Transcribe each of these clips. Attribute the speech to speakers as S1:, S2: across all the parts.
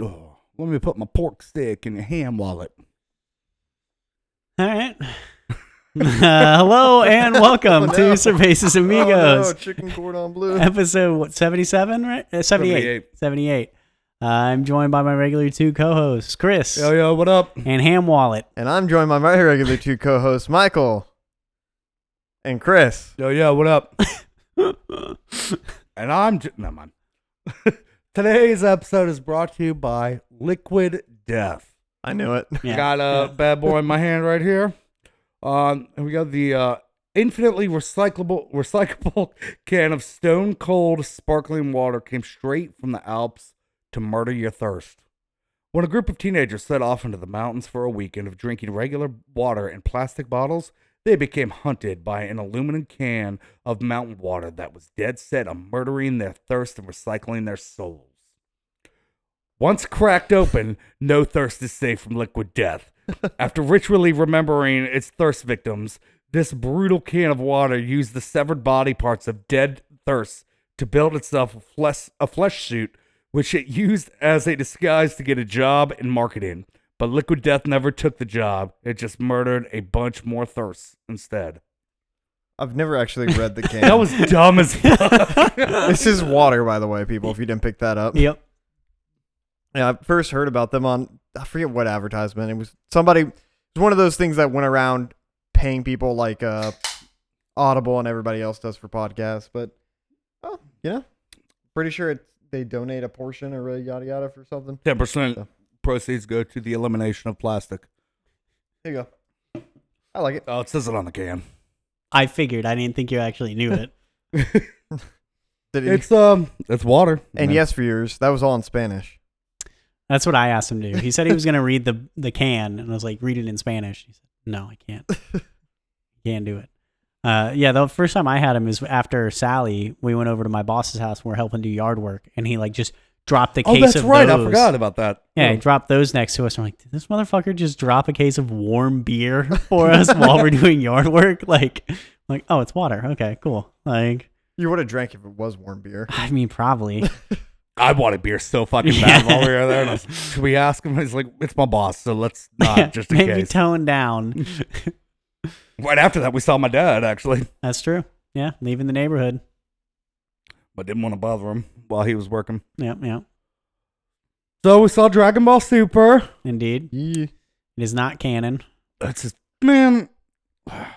S1: Let me put my pork stick in your ham wallet.
S2: All right. Uh, hello and welcome
S3: Oh, no.
S2: to Cervezas
S3: Oh, no,
S2: Amigos,
S3: chicken cordon bleu.
S2: episode what, 77, right? Uh, 78. 78. Uh, I'm joined by my regular two co hosts, Chris
S3: Oh,
S1: Yo, yo, what up?
S2: and Ham Wallet.
S3: and I'm joined by my regular two co-hosts, Michael and Chris.
S1: Yo, yo, what up? and I'm. J- Never mind. Today's episode is brought to you by Liquid Death.
S3: I knew it.
S2: Yeah.
S1: Got a bad boy in my hand right here. Um, and we got the uh, infinitely recyclable recyclable can of stone cold sparkling water came straight from the Alps to murder your thirst. When a group of teenagers set off into the mountains for a weekend of drinking regular water in plastic bottles, they became hunted by an aluminum can of mountain water that was dead set on murdering their thirst and recycling their souls. Once cracked open, no thirst is safe from liquid death. After ritually remembering its thirst victims, this brutal can of water used the severed body parts of dead thirst to build itself a flesh, a flesh suit, which it used as a disguise to get a job in marketing. But Liquid Death never took the job, it just murdered a bunch more thirsts instead.
S3: I've never actually read the can.
S1: That was dumb as fuck.
S3: this is water, by the way, people. If you didn't pick that up,
S2: Yep.
S3: Yeah, I first heard about them on I forget what advertisement. It was somebody. It was one of those things that went around paying people like uh, Audible and everybody else does for podcasts. But oh, you know, pretty sure it's they donate a portion or a yada yada for something.
S1: 10% proceeds go to the elimination of plastic.
S3: There you go. I like it.
S1: Oh, it says it on the can.
S2: I figured. I didn't think you actually knew it.
S3: Did it-
S1: It's um, it's water.
S3: and yes for yours. That was all in Spanish.
S2: That's what I asked him to do. He said he was going to read the, the can, and I was like, read it in Spanish. He said, no, I can't. can't do it. Uh, yeah, the first time I had him is after Sally. We went over to my boss's house. And we are helping do yard work, and he like just dropped the
S1: Oh,
S2: case
S1: that's
S2: of
S1: right. I
S2: those.
S1: forgot Oh. about that.
S2: Yeah, he dropped those next to us. I'm like, did this motherfucker just drop a case of warm beer for us while we're doing yard work? Like, I'm like, oh, it's water. Okay, cool. Like,
S3: You would have drank if it was warm beer.
S2: I mean, probably.
S1: I wanted beer so fucking bad while we were there. And I was, should we ask him? He's like, it's my boss, so let's not, just in
S2: maybe
S1: case.
S2: tone down.
S1: right after that, we saw my dad, actually,
S2: That's true. Yeah, leaving the neighborhood.
S1: but didn't want to bother him while he was working.
S2: Yep, yep.
S1: So we saw Dragon Ball Super.
S2: Indeed,
S3: Yeah.
S2: it is not canon.
S1: That's just, man, I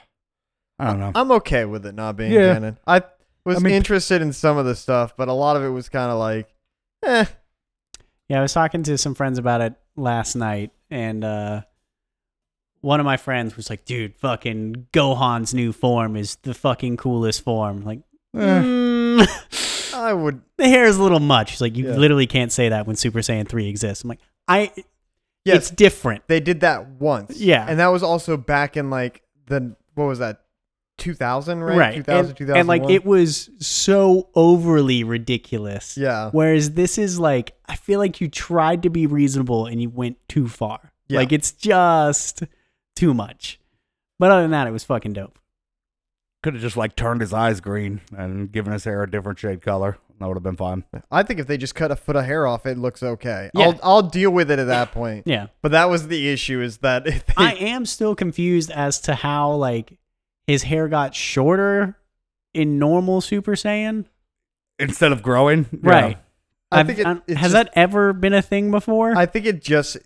S1: don't know.
S3: I'm okay with it not being
S1: Yeah.
S3: canon. I was
S1: I mean-
S3: interested in some of the stuff, but a lot of it was kind of like, eh.
S2: Yeah, I was talking to some friends about it last night, and uh, one of my friends was like, "Dude, fucking Gohan's new form is the fucking coolest form." Like,
S1: Eh,
S2: mm,
S3: I would.
S2: the hair is a little much. She's like, "You
S3: Yeah.
S2: literally can't say that when Super Saiyan three exists." I'm like, "I,
S3: Yes,
S2: it's different."
S3: they did that once.
S2: Yeah.
S3: and that was also back in like the what was that, 2000, right?
S2: Right.
S3: 2000,
S2: and, and, like
S3: 2001.
S2: it was so overly ridiculous.
S3: Yeah.
S2: Whereas this is like I feel like you tried to be reasonable and you went too far.
S3: Yeah.
S2: Like it's just too much. But other than that, it was fucking dope.
S1: Could have just like turned his eyes green and given his hair a different shade color. That would have been fine.
S3: I think if they just cut a foot of hair off, it looks okay.
S2: Yeah.
S3: I'll I'll deal with it at that point.
S2: Yeah.
S3: But that was the issue is that if they,
S2: I am still confused as to how like his hair got shorter in normal Super Saiyan.
S1: Instead of growing, you know,
S2: Right.
S3: I
S2: I've-
S3: think it,
S2: I'm-
S3: it's
S2: has
S3: just-
S2: that ever been a thing before?
S3: I think it just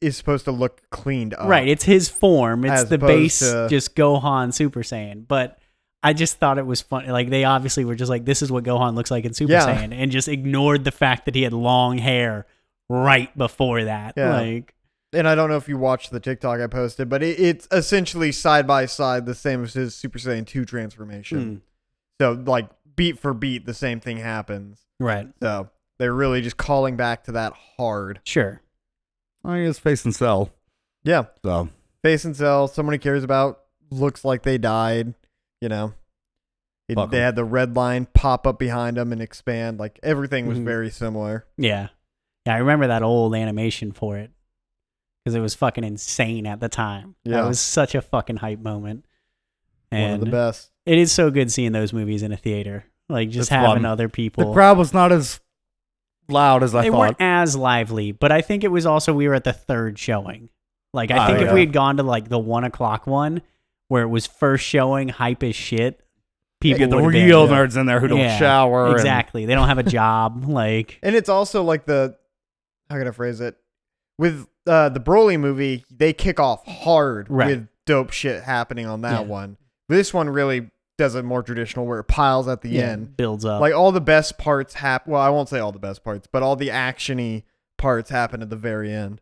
S3: is supposed to look cleaned up.
S2: right, it's his form. It's
S3: As
S2: the
S3: opposed
S2: base,
S3: to-
S2: just Gohan Super Saiyan. But I just thought it was fun. Like they obviously were just like, this is what Gohan looks like in Super
S3: Yeah.
S2: Saiyan, and just ignored the fact that he had long hair right before that.
S3: Yeah.
S2: Like,
S3: and I don't know if you watched the TikTok I posted, but it, it's essentially side by side the same as his Super Saiyan 2
S2: Hmm.
S3: transformation. So, like, beat for beat, the same thing happens.
S2: right,
S3: So, they're really just calling back to that hard.
S2: sure,
S1: I mean, it's face and sell.
S3: Yeah.
S1: So
S3: Face and Cell, someone who cares about, looks like they died, you know. It,
S1: Fuck
S3: they
S1: 'em.
S3: had the red line pop up behind them and expand. Like, everything was
S2: Mhm.
S3: very similar.
S2: yeah, yeah. I remember that old animation for it because it was fucking insane at the time.
S3: Yeah.
S2: that was such a fucking hype moment.
S3: One of
S2: And
S3: the best.
S2: it is so good seeing those movies in a theater, like just
S1: It's
S2: having
S1: fun.
S2: other people.
S1: the crowd was not as loud as I
S2: they
S1: thought.
S2: weren't as lively, but I think it was also we were at the third showing. Like I
S1: Oh,
S2: think if
S1: yeah.
S2: we had gone to like the one o'clock one where it was first showing hype as shit,
S1: You
S2: people
S1: get the
S2: would've been-
S1: real
S3: yeah.
S1: nerds in there who don't
S2: Yeah,
S1: shower. and-
S2: exactly. They don't have a job. Like
S3: And it's also like the how can I phrase it? With uh, the Broly movie, they kick off hard
S2: Right.
S3: with dope shit happening on that
S2: Yeah.
S3: one. This one really does it more traditional where it piles at the end.
S2: builds up.
S3: Like all the best parts happen. Well, I won't say all the best parts, but all the actiony parts happen at the very end.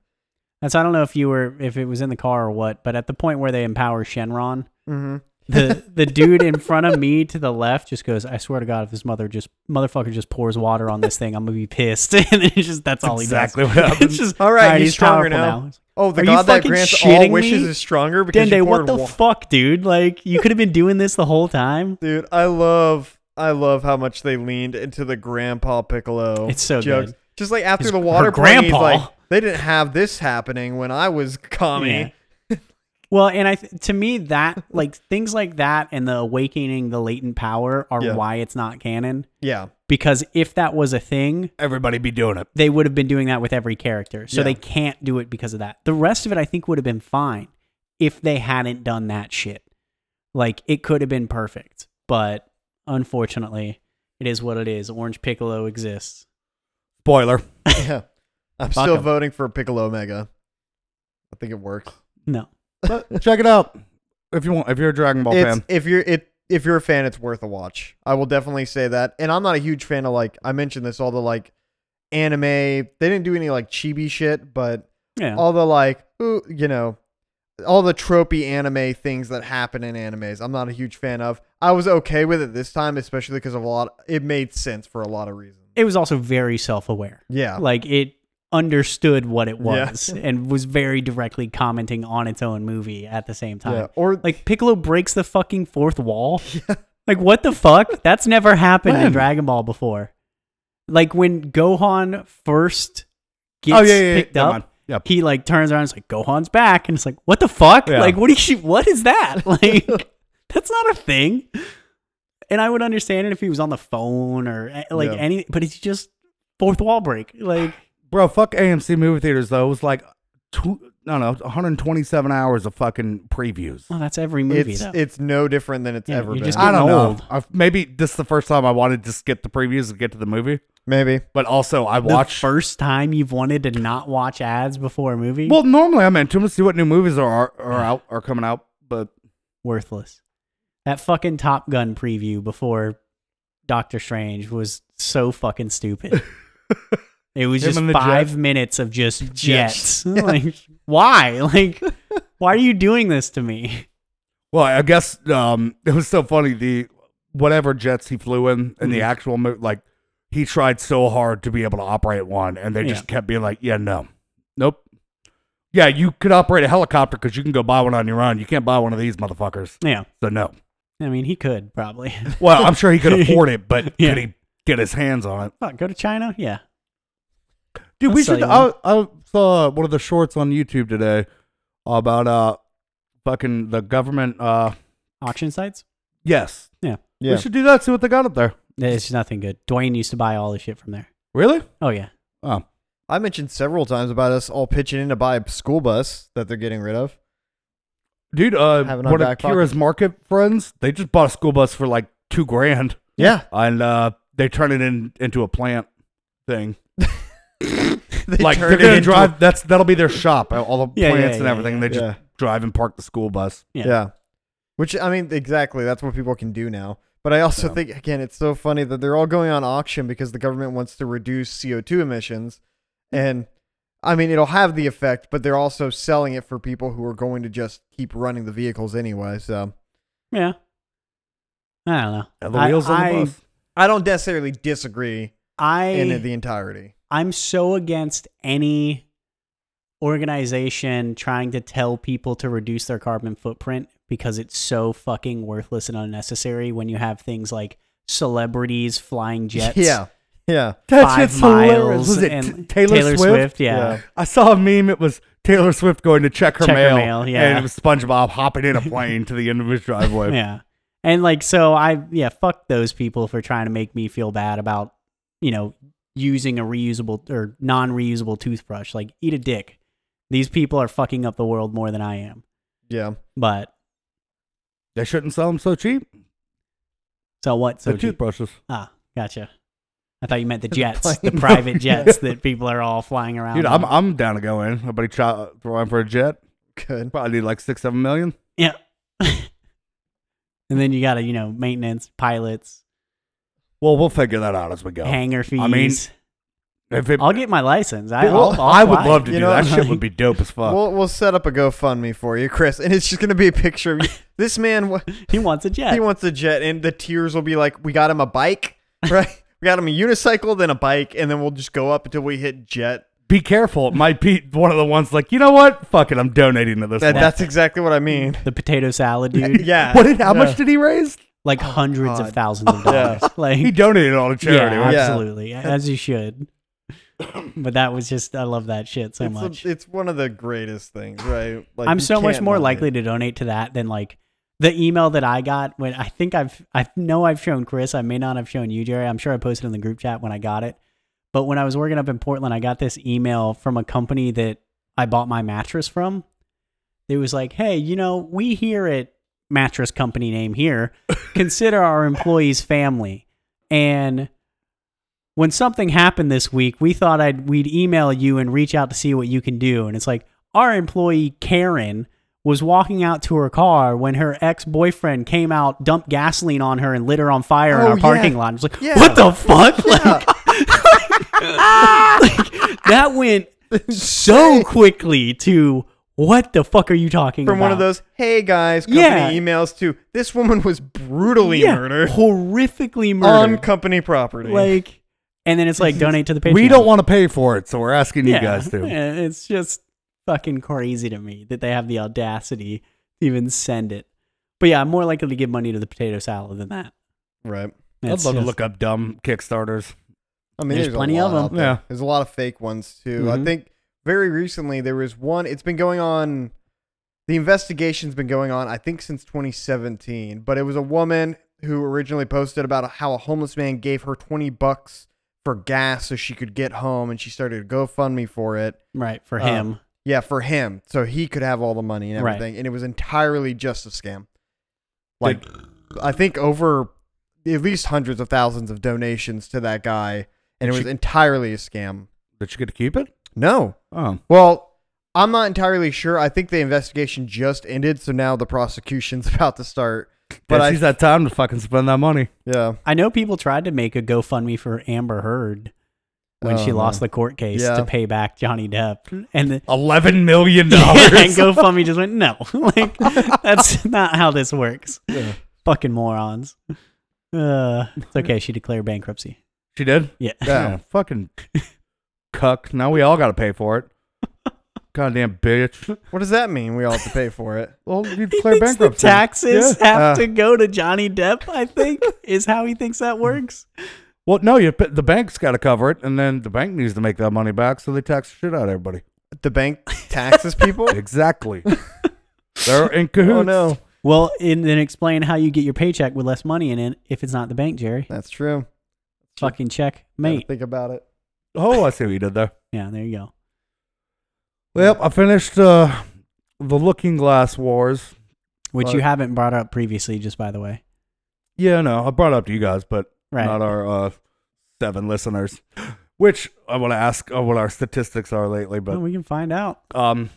S2: And so I don't know if you were if it was in the car or what, but at the point where they empower Shenron,
S3: Mm-hmm.
S2: the the dude in front of me to the left just goes, "I swear to God, if this mother just motherfucker just pours water on this thing, I'm gonna be pissed." and it's just that's all
S1: Exactly
S2: he
S1: what
S2: does.
S1: happened.
S2: It's just
S3: All right, he's stronger
S2: powerful
S3: now."
S2: It's
S3: Oh, the
S2: Are you
S3: god that
S2: fucking
S3: grants all
S2: shitting
S3: wishes
S2: me?
S3: is stronger because
S2: Dende,
S3: you
S2: what
S3: poured
S2: the
S3: wa-
S2: fuck, dude? Like you could have been doing this the whole time.
S3: dude. I love, I love how much they leaned into the Grandpa Piccolo.
S2: It's so
S3: jokes.
S2: good.
S3: Just like after
S2: His-
S3: the
S2: her
S3: water party, he's
S2: grandpa.
S3: like they didn't have this happening when I was Kami.
S2: Yeah. well, and I th- to me that like things like that and the awakening the latent power are
S3: Yeah.
S2: why it's not canon
S3: Yeah,
S2: because if that was a thing,
S1: Everybody be doing it.
S2: they would have been doing that with every character. So
S3: Yeah.
S2: they can't do it because of that. The rest of it, I think, would have been fine if they hadn't done that shit. Like, it could have been perfect. But unfortunately, it is what it is. Orange Piccolo exists.
S1: Spoiler.
S3: yeah. I'm
S2: Fuck
S3: still
S2: 'em.
S3: voting for Piccolo Omega. I think it works.
S2: No.
S1: But check it out if you want. If you're a Dragon Ball
S3: It's-
S1: fan,
S3: if you're it, if you're a fan, it's worth a watch. I will definitely say that. And I'm not a huge fan of like I mentioned this all the like anime. They didn't do any like chibi shit, but
S2: Yeah.
S3: all the like, ooh, you know, all the tropey anime things that happen in animes. I'm not a huge fan of. I was okay with it this time, especially because of a lot. It made sense for a lot of reasons.
S2: it was also very self aware.
S3: Yeah,
S2: Like, it understood what it
S3: Yeah.
S2: was and was very directly commenting on its own movie at the same time.
S3: yeah. Or
S2: Like, Piccolo breaks the fucking fourth wall. Like what the fuck? That's never happened
S1: When?
S2: in Dragon Ball before. Like when Gohan first gets
S1: oh yeah, yeah, yeah.
S2: picked
S1: never
S2: up,
S1: mind. Yep.
S2: he like turns around and is like, Gohan's back, and it's like, what the fuck?
S1: Yeah.
S2: Like what is she what is that? Like that's not a thing. And I would understand it if he was on the phone or eh, like
S3: Yeah.
S2: any but it's just fourth wall break. Like
S1: bro. Fuck AMC movie theaters though. It was like, two, no, no, 127 hours of fucking previews.
S2: well, oh, that's every movie
S3: it's
S2: though.
S3: it's no different than it's
S2: Yeah,
S3: ever
S2: you're
S3: been.
S2: just
S1: I
S2: getting
S1: don't
S2: old.
S1: know. I've, maybe this is the first time I wanted to just get the previews and get to the movie.
S3: Maybe.
S1: But also, I
S2: the
S1: watch.
S2: first time you've wanted to not watch ads before a movie,
S1: well, normally I'm into them to see what new movies are are, are out are coming out. But
S2: worthless. That fucking Top Gun preview before Doctor Strange was so fucking stupid. it was
S1: Him
S2: just
S1: and the
S2: five
S1: jet.
S2: minutes of just jets.
S3: Jets.
S2: like why? Like why are you doing this to me?
S1: well, I guess um, it was so funny the whatever jets he flew in in the
S2: Mhm.
S1: actual movie. Like he tried so hard to be able to operate one, and they just kept being like, "Yeah, no, nope." Yeah, you could operate a helicopter because you can go buy one on your own. You can't buy one of these motherfuckers.
S2: Yeah.
S1: So no.
S2: I mean he could probably.
S1: Well, I'm sure he could afford it, but
S2: Yeah.
S1: could he get his hands on it?
S2: Fuck, go to China? Yeah.
S1: Dude,
S2: I'll
S1: we
S2: sell
S1: should.
S2: you
S1: I, I saw one of the shorts on YouTube today about uh fucking the government. Uh,
S2: Auction sites?
S1: yes,
S3: Yeah.
S1: we should do that. See what they got up there.
S2: It's just nothing good. Dwayne used to buy all the shit from there.
S1: Really?
S2: Oh yeah.
S1: Oh,
S3: I mentioned several times about us all pitching in to buy a school bus that they're getting rid of.
S1: dude. Uh,
S3: Have it on
S1: one of
S3: back pocket.
S1: Kira's market friends. They just bought a school bus for like two grand,
S3: Yeah.
S1: and uh, they turned it in into a plant thing.
S3: They
S1: like
S3: turned
S1: they're
S3: it
S1: gonna
S3: into-
S1: drive. That's that'll be their shop. All the
S2: Yeah, yeah,
S1: plants and
S2: yeah,
S1: everything.
S2: yeah.
S1: They just
S3: Yeah.
S1: drive and park the school bus.
S2: Yeah.
S3: Yeah. Which I mean exactly, that's what people can do now. But I also
S1: Yeah.
S3: think again it's so funny that they're all going on auction because the government wants to reduce CO2 emissions and I mean it'll have the effect, but they're also selling it for people who are going to just keep running the vehicles anyway. So
S2: Yeah. I don't know.
S1: And the
S2: I-
S1: wheels on the
S2: I-
S1: bus.
S3: I don't necessarily disagree
S2: I
S3: in the entirety.
S2: I'm so against any organization trying to tell people to reduce their carbon footprint because it's so fucking worthless and unnecessary when you have things like celebrities flying jets.
S3: Yeah. Yeah.
S1: That
S2: Five
S1: shit's hilarious.
S2: miles
S1: Was it
S2: and
S1: T- Taylor, Swift?
S2: yeah.
S1: I saw a meme. It was Taylor Swift going to check her
S2: Check
S1: mail.
S2: her mail, yeah.
S1: And it was SpongeBob hopping in a plane to the end of his driveway.
S2: Yeah. And like so I yeah, fuck those people for trying to make me feel bad about, you know, using a reusable or non-reusable toothbrush. Like eat a dick. These people are fucking up the world more than I am.
S3: Yeah.
S2: But
S1: They shouldn't sell them so cheap.
S2: so what? So
S1: the
S2: cheap?
S1: toothbrushes.
S2: ah, gotcha. I thought you meant the jets, the
S3: plane.
S2: private jets that people are all flying around.
S1: Dude,
S2: on.
S1: I'm I'm down to go in. I bet he try throw in for a jet.
S3: Good.
S1: Probably need like six, seven million.
S2: Yeah. and then you got to, you know, maintenance, pilots,
S1: Well, we'll figure that out as we go.
S2: hangar fees.
S1: I mean, if it,
S2: I'll get my license. I,
S1: Well,
S2: will
S1: I would love to
S3: You
S1: do
S3: know
S1: that.
S2: what?
S1: That shit would be dope as fuck.
S3: We'll we'll set up a GoFundMe for you, Chris, and it's just gonna be a picture of you. this man. wa-
S2: He wants a jet.
S3: He wants a jet, and the tears will be like, we got him a bike, right? we got him a unicycle, then a bike, and then we'll just go up until we hit jet.
S1: be careful. It might be one of the ones like, you know what? Fuck it. I'm donating to this
S3: That,
S1: one.
S3: that's exactly what I mean.
S2: the potato salad,
S1: Oh,
S2: dude.
S3: Yeah.
S1: What did, how
S3: Yeah.
S1: much did he raise?
S2: Like hundreds
S3: God.
S2: of thousands of dollars.
S1: He
S2: Like,
S1: donated all to charity.
S2: yeah,
S1: right?
S3: Yeah.
S2: absolutely. As you should. But that was just, I love that shit so
S3: it's, a-
S2: much.
S3: it's one of the greatest things, right? Like,
S2: I'm
S3: you
S2: so much
S3: can't
S2: more
S3: not
S2: likely
S3: do-
S2: to donate to that than like the email that I got when I think I've I know I've shown Chris. I may not have shown you, Jerry. I'm sure I posted in the group chat when I got it. But when I was working up in Portland, I got this email from a company that I bought my mattress from. It was like, hey, you know, we here at mattress company name here consider our employees family. And when something happened this week, we thought I'd we'd email you and reach out to see what you can do. And it's like our employee Karen was walking out to her car when her ex boyfriend came out, dumped gasoline on her, and lit her on fire in
S3: Oh,
S2: our
S3: yeah.
S2: parking lot. It was like,
S3: Yeah.
S2: what the fuck? Like, like, that went so quickly to what the fuck are you talking
S3: From
S2: about?
S3: one of those, hey guys, company
S2: Yeah.
S3: emails to this woman was brutally
S2: yeah,
S3: murdered
S2: horrifically
S3: on
S2: murdered,
S3: company property.
S2: Um, like, and then it's like donate to the Patreon.
S1: We don't want to pay for it, so we're asking you
S2: Yeah,
S1: guys to.
S2: yeah, It's just fucking crazy to me that they have the audacity to even send it. But yeah, I'm more likely to give money to the potato salad than that.
S3: right.
S1: I'd
S2: It's
S1: love to
S2: just-
S1: look up dumb Kickstarters.
S3: I mean,
S2: There's
S3: there's,
S2: plenty
S3: a lot
S2: of 'em.
S3: out there.
S1: Yeah.
S3: there's a lot of fake ones too. I
S2: Mhm.
S3: think very recently there was one. It's been going on. The investigation's been going on, I think, since 2017. But it was a woman who originally posted about how a homeless man gave her 20 bucks for gas so she could get home, and she started a GoFundMe for it.
S2: right for
S3: Uh,
S2: him.
S3: Yeah, for him, so he could have all the money and
S2: Right.
S3: everything, and it was entirely just a scam. Like,
S1: Like,
S3: I think over at least hundreds of thousands of donations to that guy, and it was
S1: She-
S3: entirely a scam.
S1: did you get to keep it?
S3: No.
S1: Oh,
S3: Well, I'm not entirely sure. I think the investigation just ended, so now the prosecution's about to start. But
S1: but
S3: I,
S1: she's had time to fucking spend that money.
S3: yeah,
S2: I know people tried to make a GoFundMe for Amber Heard when
S3: Oh,
S2: she lost
S3: no.
S2: the court case
S3: Yeah.
S2: to pay back Johnny Depp, and the,
S1: Eleven million
S2: and
S1: dollars.
S2: GoFundMe just went no. like that's not how this works.
S3: Yeah.
S2: Fucking morons. Uh, it's okay. She declared bankruptcy.
S1: she did.
S2: Yeah.
S1: Yeah, fucking cuck. Now we all got to pay for it. Goddamn bitch.
S3: What does that mean? We all have to pay for it.
S1: Well, you
S2: He
S1: declare
S2: thinks
S1: bankruptcy.
S2: the taxes
S1: Yeah.
S2: have
S3: Uh.
S2: to go to Johnny Depp. I think is how he thinks that works.
S1: Well, no, you the bank's got to cover it, and then the bank needs to make that money back, so they tax the shit out of everybody.
S3: The bank taxes people.
S1: Exactly. They're in cahoots.
S3: oh no,
S2: Well, and then explain how you get your paycheck with less money in it if it's not the bank, Jerry.
S3: that's true.
S2: Fucking check,
S3: Gotta
S2: mate.
S3: think about it.
S1: Oh, I see what you did there.
S2: Yeah, there you go.
S1: Well, I finished uh, the Looking Glass Wars.
S2: Which
S1: Right.
S2: you haven't brought up previously, just by the way.
S1: Yeah, no, I brought it up to you guys, but
S2: Right.
S1: not our uh, seven listeners. Which I want to ask uh, what our statistics are lately,
S2: Well,
S1: but
S2: we can find out.
S1: um,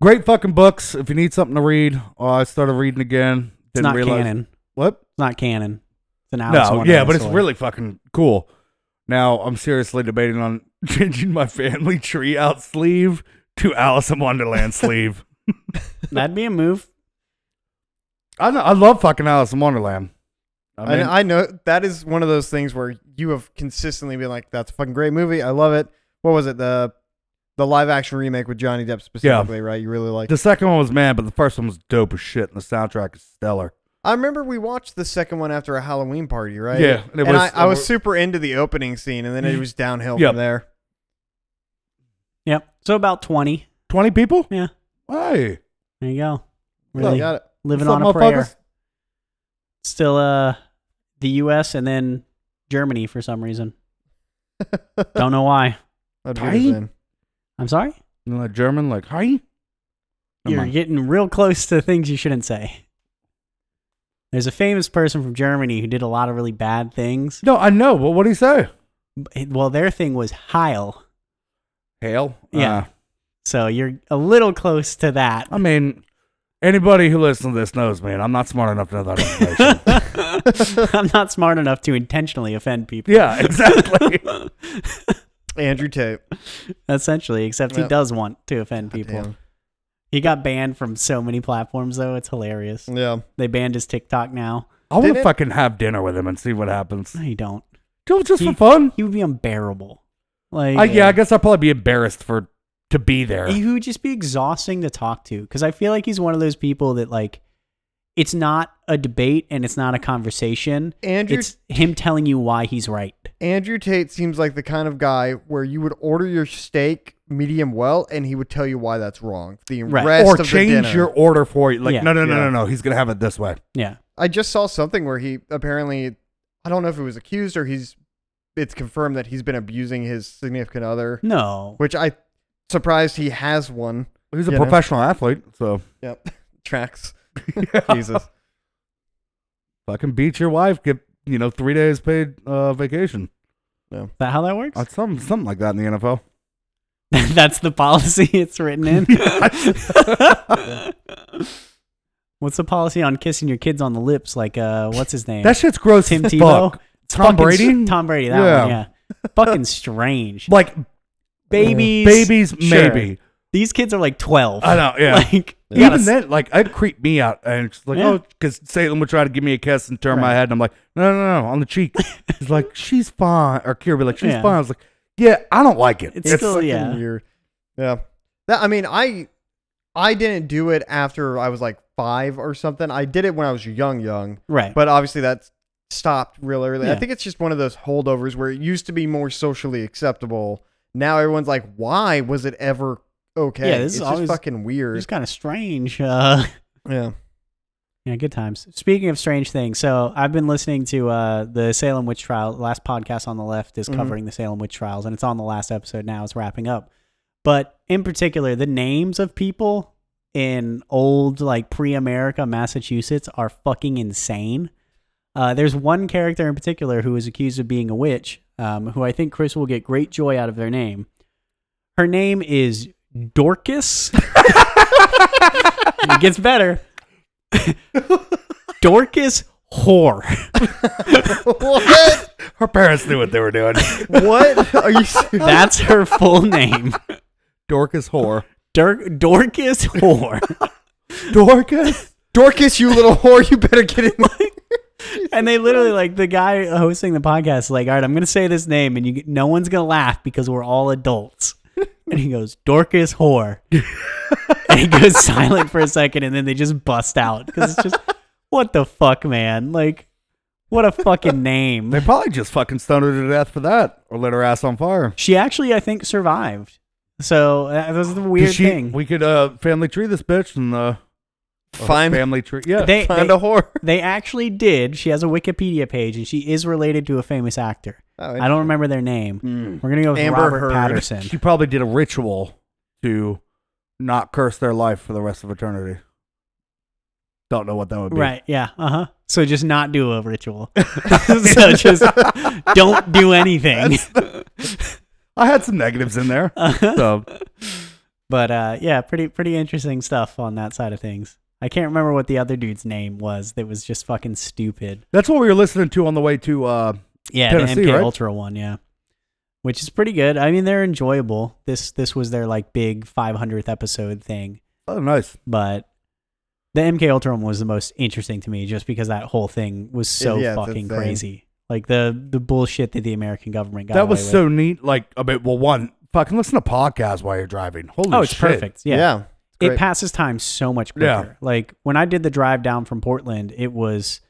S1: great fucking books. If you need something to read, uh, I started reading again. Didn't
S2: It's not
S1: realize
S2: canon.
S1: what
S2: It's not canon. It's an Alex
S1: No,
S2: Wonderland
S1: yeah, but it's
S2: story.
S1: really fucking cool. Now I'm seriously debating on changing my family tree out sleeve to Alice in Wonderland sleeve.
S2: that'd be a move.
S1: I know, I love fucking Alice in Wonderland. I
S3: I,
S1: mean,
S3: I know that is one of those things where you have consistently been like, "That's a fucking great movie. I love it." What was it the the live action remake with Johnny Depp specifically? Right, you really like.
S1: the second one was mad, but the first one was dope as shit, and the soundtrack is stellar.
S3: I remember we watched the second one after a Halloween party, right?
S1: Yeah,
S3: and,
S1: and it was-
S3: I, I was super into the opening scene, and then it was downhill
S1: Yep.
S3: from there.
S2: Yep. So about twenty.
S1: Twenty people?
S2: Yeah.
S1: Hey,
S2: There you go.
S3: So I
S2: Really
S3: got it.
S2: living
S1: What's
S2: on
S1: up,
S2: a prayer.
S1: motherfuckers?
S2: Still, uh, the U.S. and then Germany for some reason. Don't know why.
S3: I'd do
S1: Hi.
S3: the same.
S2: I'm sorry.
S1: You know, that German, like, hi. Never
S2: You're
S1: mind.
S2: getting real close to things you shouldn't say. There's a famous person from Germany who did a lot of really bad things.
S1: No, I know, but what do you say?
S2: B- Well, their thing was Heil.
S1: Hail.
S2: Yeah.
S1: Uh,
S2: So you're a little close to that.
S1: I mean, anybody who listens to this knows, man, I'm not smart enough to know that information.
S2: I'm not smart enough to intentionally offend people.
S1: yeah, exactly.
S3: Andrew Tate.
S2: Essentially, except he
S3: Yeah.
S2: does want to offend people. He got banned from so many platforms, though. It's hilarious.
S3: Damn. Yeah.
S2: They banned his TikTok now.
S1: I want
S3: Did
S1: to
S3: it-
S1: fucking have dinner with him and see what happens.
S2: No, you don't.
S1: Do it just
S2: He-
S1: for fun.
S2: He would be unbearable. Like,
S1: I, yeah, I guess I'd probably be embarrassed for to be there.
S2: he would just be exhausting to talk to because I feel like he's one of those people that like it's not a debate and it's not a conversation.
S3: Andrew
S2: It's him telling you why he's right.
S3: Andrew Tate seems like the kind of guy where you would order your steak medium well, and he would tell you why that's wrong. The
S2: Right.
S3: rest
S1: or
S3: of the
S1: change
S3: dinner.
S1: your order for you. Like,
S2: Yeah.
S1: no, no, no,
S3: Yeah.
S1: no, no. He's gonna have it this way.
S2: Yeah.
S3: I just saw something where he apparently, I don't know if it was accused or he's, it's confirmed that he's been abusing his significant other,
S2: No.
S3: which I surprised he has one.
S1: He's a
S3: You know?
S1: professional athlete, so
S3: Yep, tracks.
S1: yeah.
S3: Jesus,
S1: fucking beat your wife. Get you know three days paid uh, vacation.
S2: Is that how that works?
S1: Uh, some something like that in the NFL.
S2: That's the policy it's written in. What's the policy on kissing your kids on the lips? Like, uh, what's his name?
S1: That shit's gross.
S2: Tim
S1: as
S2: Tebow.
S1: fuck. Tom
S2: Fucking s-
S1: Brady.
S2: Tom Brady. That one.
S1: Yeah.
S2: Yeah. Fucking strange.
S1: like
S2: Babies.
S1: babies,
S2: sure.
S1: maybe.
S2: These kids are like twelve.
S1: I know. Yeah.
S2: Like you gotta
S1: Even then, like I'd creep me out, and it's like,
S2: Yeah.
S1: oh, because Salem would try to give me a kiss and turn my
S2: Right.
S1: head, and I'm like, no, no, no, on the cheek. He's like, she's fine, or Kira be like, she's
S2: Yeah.
S1: fine. I was like, yeah, I don't like it.
S2: It's still-
S1: like-
S2: yeah.
S3: weird. Yeah, that I mean, I, I didn't do it after I was like five or something. I did it when I was young, young.
S2: Right.
S3: But obviously that's stopped real early. I
S2: Yeah.
S3: think it's just one of those holdovers where it used to be more socially acceptable. Now everyone's like, why was it ever okay?
S2: Yeah, this is
S3: it's just
S2: always-
S3: fucking weird.
S2: It's kind of strange. Uh,
S3: yeah.
S2: yeah, good times. Speaking of strange things, so I've been listening to uh, the Salem witch trial. Last podcast on the left is
S3: Mhm.
S2: covering the Salem witch trials, and it's on the last episode now. It's wrapping up, but in particular, the names of people in old like pre-America Massachusetts are fucking insane. Uh, there's one character in particular who is accused of being a witch, um, who I think Chris will get great joy out of their name. Her name is Dorcas. it gets better. Dorcas Whore.
S3: what?
S1: Her parents knew what they were doing.
S3: what? Are you serious?
S2: That's her full name.
S1: Dorcas whore.
S2: Dur- Dorcas Whore.
S1: Dorcas.
S3: Dorcas, you little whore, you better get in there.
S2: And they literally like the guy hosting the podcast is like, all right, I'm gonna say this name, and you no one's gonna laugh because we're all adults. And he goes, Dorcas whore. and he goes silent for a second, and then they just bust out because it's just, what the fuck, man? Like, what a fucking name.
S1: They probably just fucking stoned her to death for that, or lit her ass on fire.
S2: She actually, I think, survived. So that was the
S1: Did
S2: weird
S1: she-
S2: thing.
S1: We could uh, family tree this bitch and uh, or
S3: Find,
S1: family tree. Yeah.
S2: they,
S3: find
S2: they,
S3: a whore.
S2: they actually did. She has a Wikipedia page, and she is related to a famous actor.
S3: Oh,
S2: I don't remember their name.
S1: Mm.
S2: We're gonna go with
S3: Amber
S2: Robert
S3: Heard.
S2: Patterson.
S1: She probably did a ritual to not curse their life for the rest of eternity. Don't know what that would be.
S2: Right. Yeah. Uh huh. So just not do a ritual. so just don't do anything.
S1: I had some negatives in there. So
S2: but uh, yeah, pretty pretty interesting stuff on that side of things. I can't remember what the other dude's name was. That was just fucking stupid.
S1: that's what we were listening to on the way to. Uh,
S2: Yeah,
S1: Tennessee,
S2: the MK
S1: right?
S2: Ultra one. Yeah, which is pretty good. I mean, they're enjoyable. This this was their like big 500th episode thing.
S1: oh, nice.
S2: but the MK Ultra one was the most interesting to me just because that whole thing was so
S3: Yeah, it's
S2: fucking
S3: insane.
S2: crazy. Like the the bullshit that the American government got.
S1: that was
S2: away
S1: so
S2: with.
S1: neat. Like, I mean, well, one fucking listen to podcasts while you're driving. Holy
S2: Oh, it's
S1: shit.
S2: perfect. Yeah.
S3: yeah.
S2: It
S3: great.
S2: passes time so much quicker.
S1: Yeah.
S2: Like when I did the drive down from Portland, it was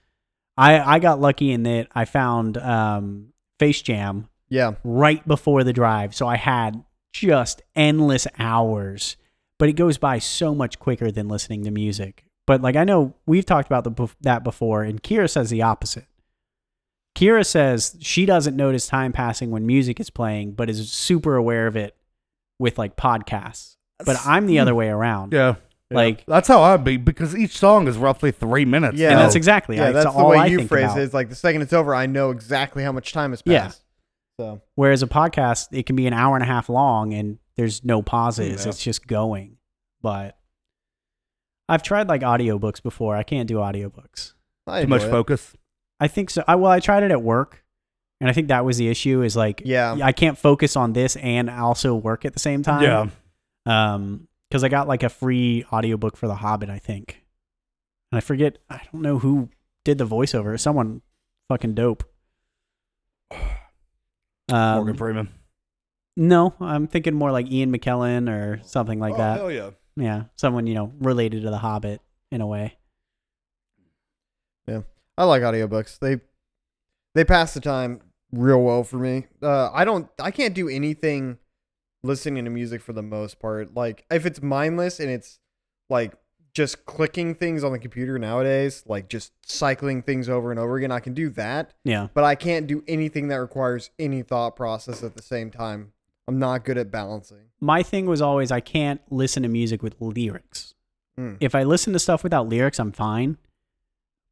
S2: I I got lucky in that I found um Face Jam
S3: Yeah.
S2: right before the drive. So I had just endless hours, but it goes by so much quicker than listening to music. But like I know we've talked about the, bef- that before, and Kira says the opposite. Kira says she doesn't notice time passing when music is playing, but is super aware of it with like podcasts. But I'm the other way around.
S1: Yeah.
S2: Like,
S1: That's how I'd be because each song is roughly three minutes.
S3: Yeah.
S2: and
S1: though.
S2: that's exactly
S3: yeah,
S2: I-
S3: that's the
S2: all
S3: way
S2: I
S3: you
S2: think
S3: phrase
S2: about.
S3: it. It's like the second it's over, I know exactly how much time has
S2: Yeah.
S3: passed. So
S2: Whereas a podcast, it can be an hour and a half long and there's no pauses.
S1: Yeah.
S2: It's just going. But I've tried like audiobooks before. I can't do audiobooks.
S3: I
S1: too
S3: enjoy
S1: much
S3: it.
S1: focus.
S2: I think so. I, well, I tried it at work. And I think that was the issue is like,
S3: Yeah.
S2: I can't focus on this and also work at the same time.
S1: Yeah.
S2: Um, because I got like a free audiobook for The Hobbit, I think. And I forget, I don't know who did the voiceover. Someone fucking dope. Um,
S1: Morgan Freeman.
S2: No, I'm thinking more like Ian McKellen or something
S1: Oh,
S2: like that.
S1: yeah.
S2: Yeah, someone you know related to the Hobbit in a way.
S3: I like audiobooks. They they pass the time real well for me. Uh, I don't I can't do anything listening to music for the most part. Like if it's mindless and it's like just clicking things on the computer nowadays, like just cycling things over and over again, I can do that,
S2: Yeah,
S3: but I can't do anything that requires any thought process at the same time. I'm not good at balancing.
S2: my thing was always I can't listen to music with lyrics.
S3: Mm.
S2: If I listen to stuff without lyrics, I'm fine,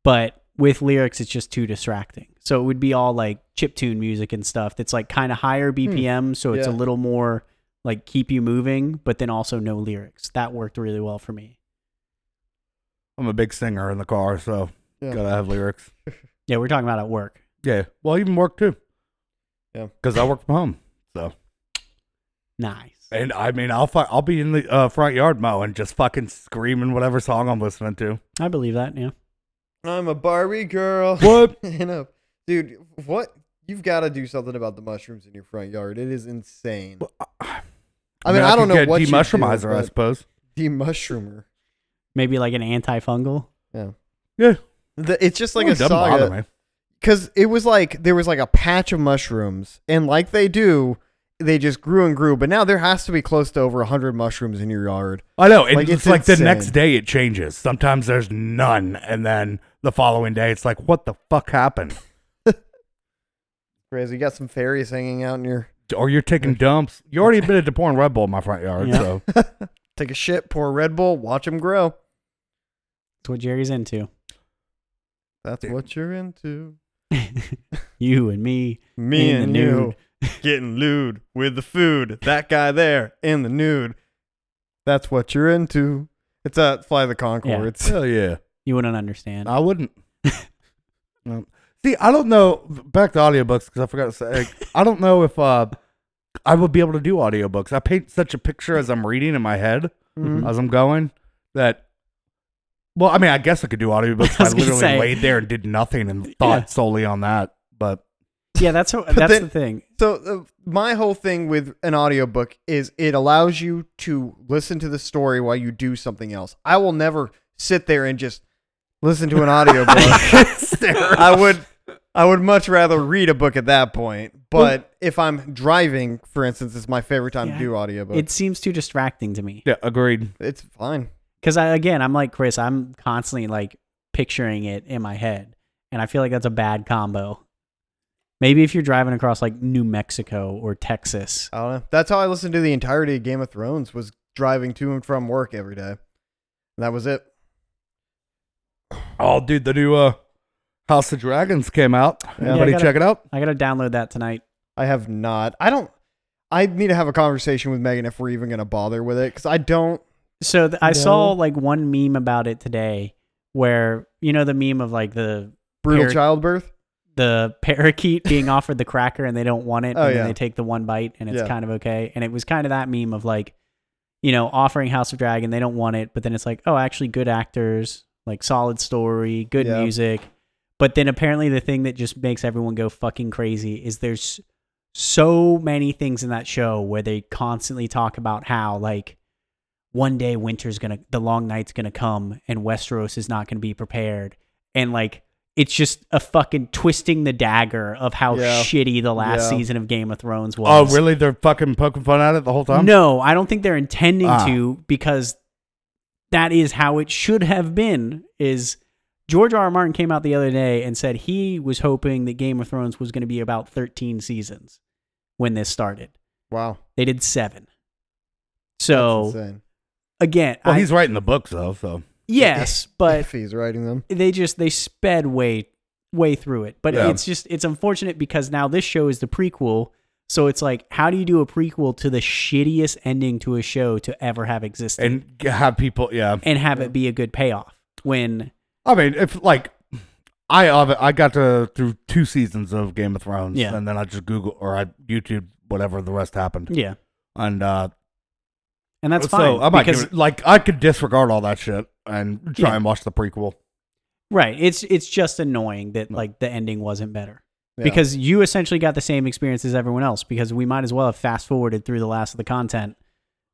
S2: but with lyrics, it's just too distracting. So it would be all like chiptune music and stuff that's like kind of higher BPM, so it's a
S3: Yeah.
S2: little more like keep you moving, but then also no lyrics. That worked really well for me.
S1: I'm a big singer in the car, so
S3: Yeah.
S1: gotta have lyrics.
S2: Yeah, we're talking about at work.
S1: Yeah. Well, even work too.
S3: Yeah.
S1: Because I work from home, so
S2: Nice.
S1: and I mean I'll fi- I'll be in the uh, front yard mowing, just fucking screaming whatever song I'm listening to.
S2: I believe that. Yeah.
S3: I'm a Barbie girl.
S1: What?
S3: I know. Dude, what? You've got to do something about the mushrooms in your front yard. It is insane.
S1: Well,
S3: I mean, uh, I,
S1: could
S3: don't know
S1: get
S3: what you do,
S1: demushroomizer, I
S3: but-
S1: suppose.
S3: Demushroomer.
S2: Maybe like an antifungal.
S1: Yeah.
S3: The, it's just like
S1: Well,
S3: a
S1: it doesn't bother
S3: saga
S1: me.
S3: because it was like there was like a patch of mushrooms, and like they do, they just grew and grew. But now there has to be close to over hundred mushrooms in your yard.
S1: I know. and
S3: Like,
S1: it's,
S3: it's
S1: like the
S3: insane.
S1: next day it changes. Sometimes there's none, and then the following day it's like, what the fuck happened?
S3: Crazy. You got some fairies hanging out in your
S1: Or you're taking dumps. You already admitted to pouring Red Bull in my front yard,
S2: Yeah.
S1: so
S3: take a shit, pour Red Bull, watch them grow.
S2: That's what Jerry's into.
S3: That's
S1: Dude.
S3: what you're into.
S2: you and me.
S3: Me
S2: In the
S3: and you getting lewd with the food. That guy there in the nude. That's what you're into. It's at Fly the Concords.
S1: hell yeah.
S2: You wouldn't understand.
S1: I wouldn't. No. See, I don't know. Back to audiobooks because I forgot to say. I don't know if uh, I would be able to do audiobooks. I paint such a picture as I'm reading in my head
S3: Mm-hmm.
S2: Mhm.
S1: as I'm going that. Well, I mean, I guess I could do audiobooks. I, I
S2: I was gonna
S1: literally
S2: say.
S1: laid there and did nothing and thought
S2: Yeah.
S1: solely on that. But
S2: yeah, that's what, that's
S3: then-
S2: the thing.
S3: So uh, my whole thing with an audiobook is it allows you to listen to the story while you do something else. I will never sit there and just listen to an audiobook. I would I would much rather read a book at that point, but if I'm driving, for instance, it's my favorite time
S2: Yeah.
S3: to do audiobooks.
S2: It seems too distracting to me.
S1: yeah, agreed.
S3: it's fine.
S2: Because I again, I'm like Chris. I'm constantly like picturing it in my head, and I feel like that's a bad combo. Maybe if you're driving across like New Mexico or Texas.
S3: I don't know. That's how I listened to the entirety of Game of Thrones was driving to and from work every day. And that was it.
S1: Oh, dude, the new uh, House of Dragons came out.
S2: Yeah, I
S1: Anybody
S2: gotta-
S1: check it out?
S2: I gotta download that tonight.
S3: I have not. I don't. I need to have a conversation with Megan if we're even going to bother with it because I don't.
S2: So th- I saw
S3: No.
S2: like one meme about it today, where you know the meme of like the
S3: Brutal
S2: Parrot.
S3: childbirth.
S2: the parakeet being offered the cracker and they don't want it
S3: Oh,
S2: and then
S3: yeah.
S2: they take the one bite and it's
S3: Yeah.
S2: kind of okay and it was kind of that meme of like you know offering house of dragon they don't want it but then it's like oh actually good actors like solid story good
S3: Yeah.
S2: music but then apparently the thing that just makes everyone go fucking crazy is there's so many things in that show where they constantly talk about how like one day winter's gonna the long night's gonna come and westeros is not gonna be prepared and like it's just a fucking twisting the dagger of how
S3: Yeah.
S2: shitty the last
S3: Yeah.
S2: season of game of thrones
S1: Oh,
S2: was
S1: really? They're fucking poking fun at it the whole time.
S2: no i don't think they're intending
S1: Ah.
S2: to because that is how it should have been is George R. R. Martin came out the other day and said he was hoping that Game of Thrones was going to be about 13 seasons when this started.
S3: Wow.
S2: They did seven.
S3: That's
S2: So
S3: insane.
S2: again,
S1: Well,
S2: I-
S1: he's writing the books though, so
S2: yes, but
S3: if he's writing them,
S2: they just they sped way way through it but
S1: Yeah.
S2: it's just it's unfortunate because now this show is the prequel so it's like how do you do a prequel to the shittiest ending to a show to ever have existed and,
S1: and g- have people. Yeah,
S2: have it be a good payoff when
S1: I mean, if like I ob- I got to through two seasons of Game of Thrones,
S2: Yeah.
S1: and then I just Google or I YouTube whatever the rest happened,
S2: yeah
S1: and uh,
S2: and that's
S1: so
S2: fine
S1: I might
S2: because
S1: give it, like I could disregard all that shit and try
S2: Yeah.
S1: and watch the prequel.
S2: right it's it's just annoying that
S1: No.
S2: like the ending wasn't better
S3: Yeah.
S2: because you essentially got the same experience as everyone else because we might as well have fast forwarded through the last of the content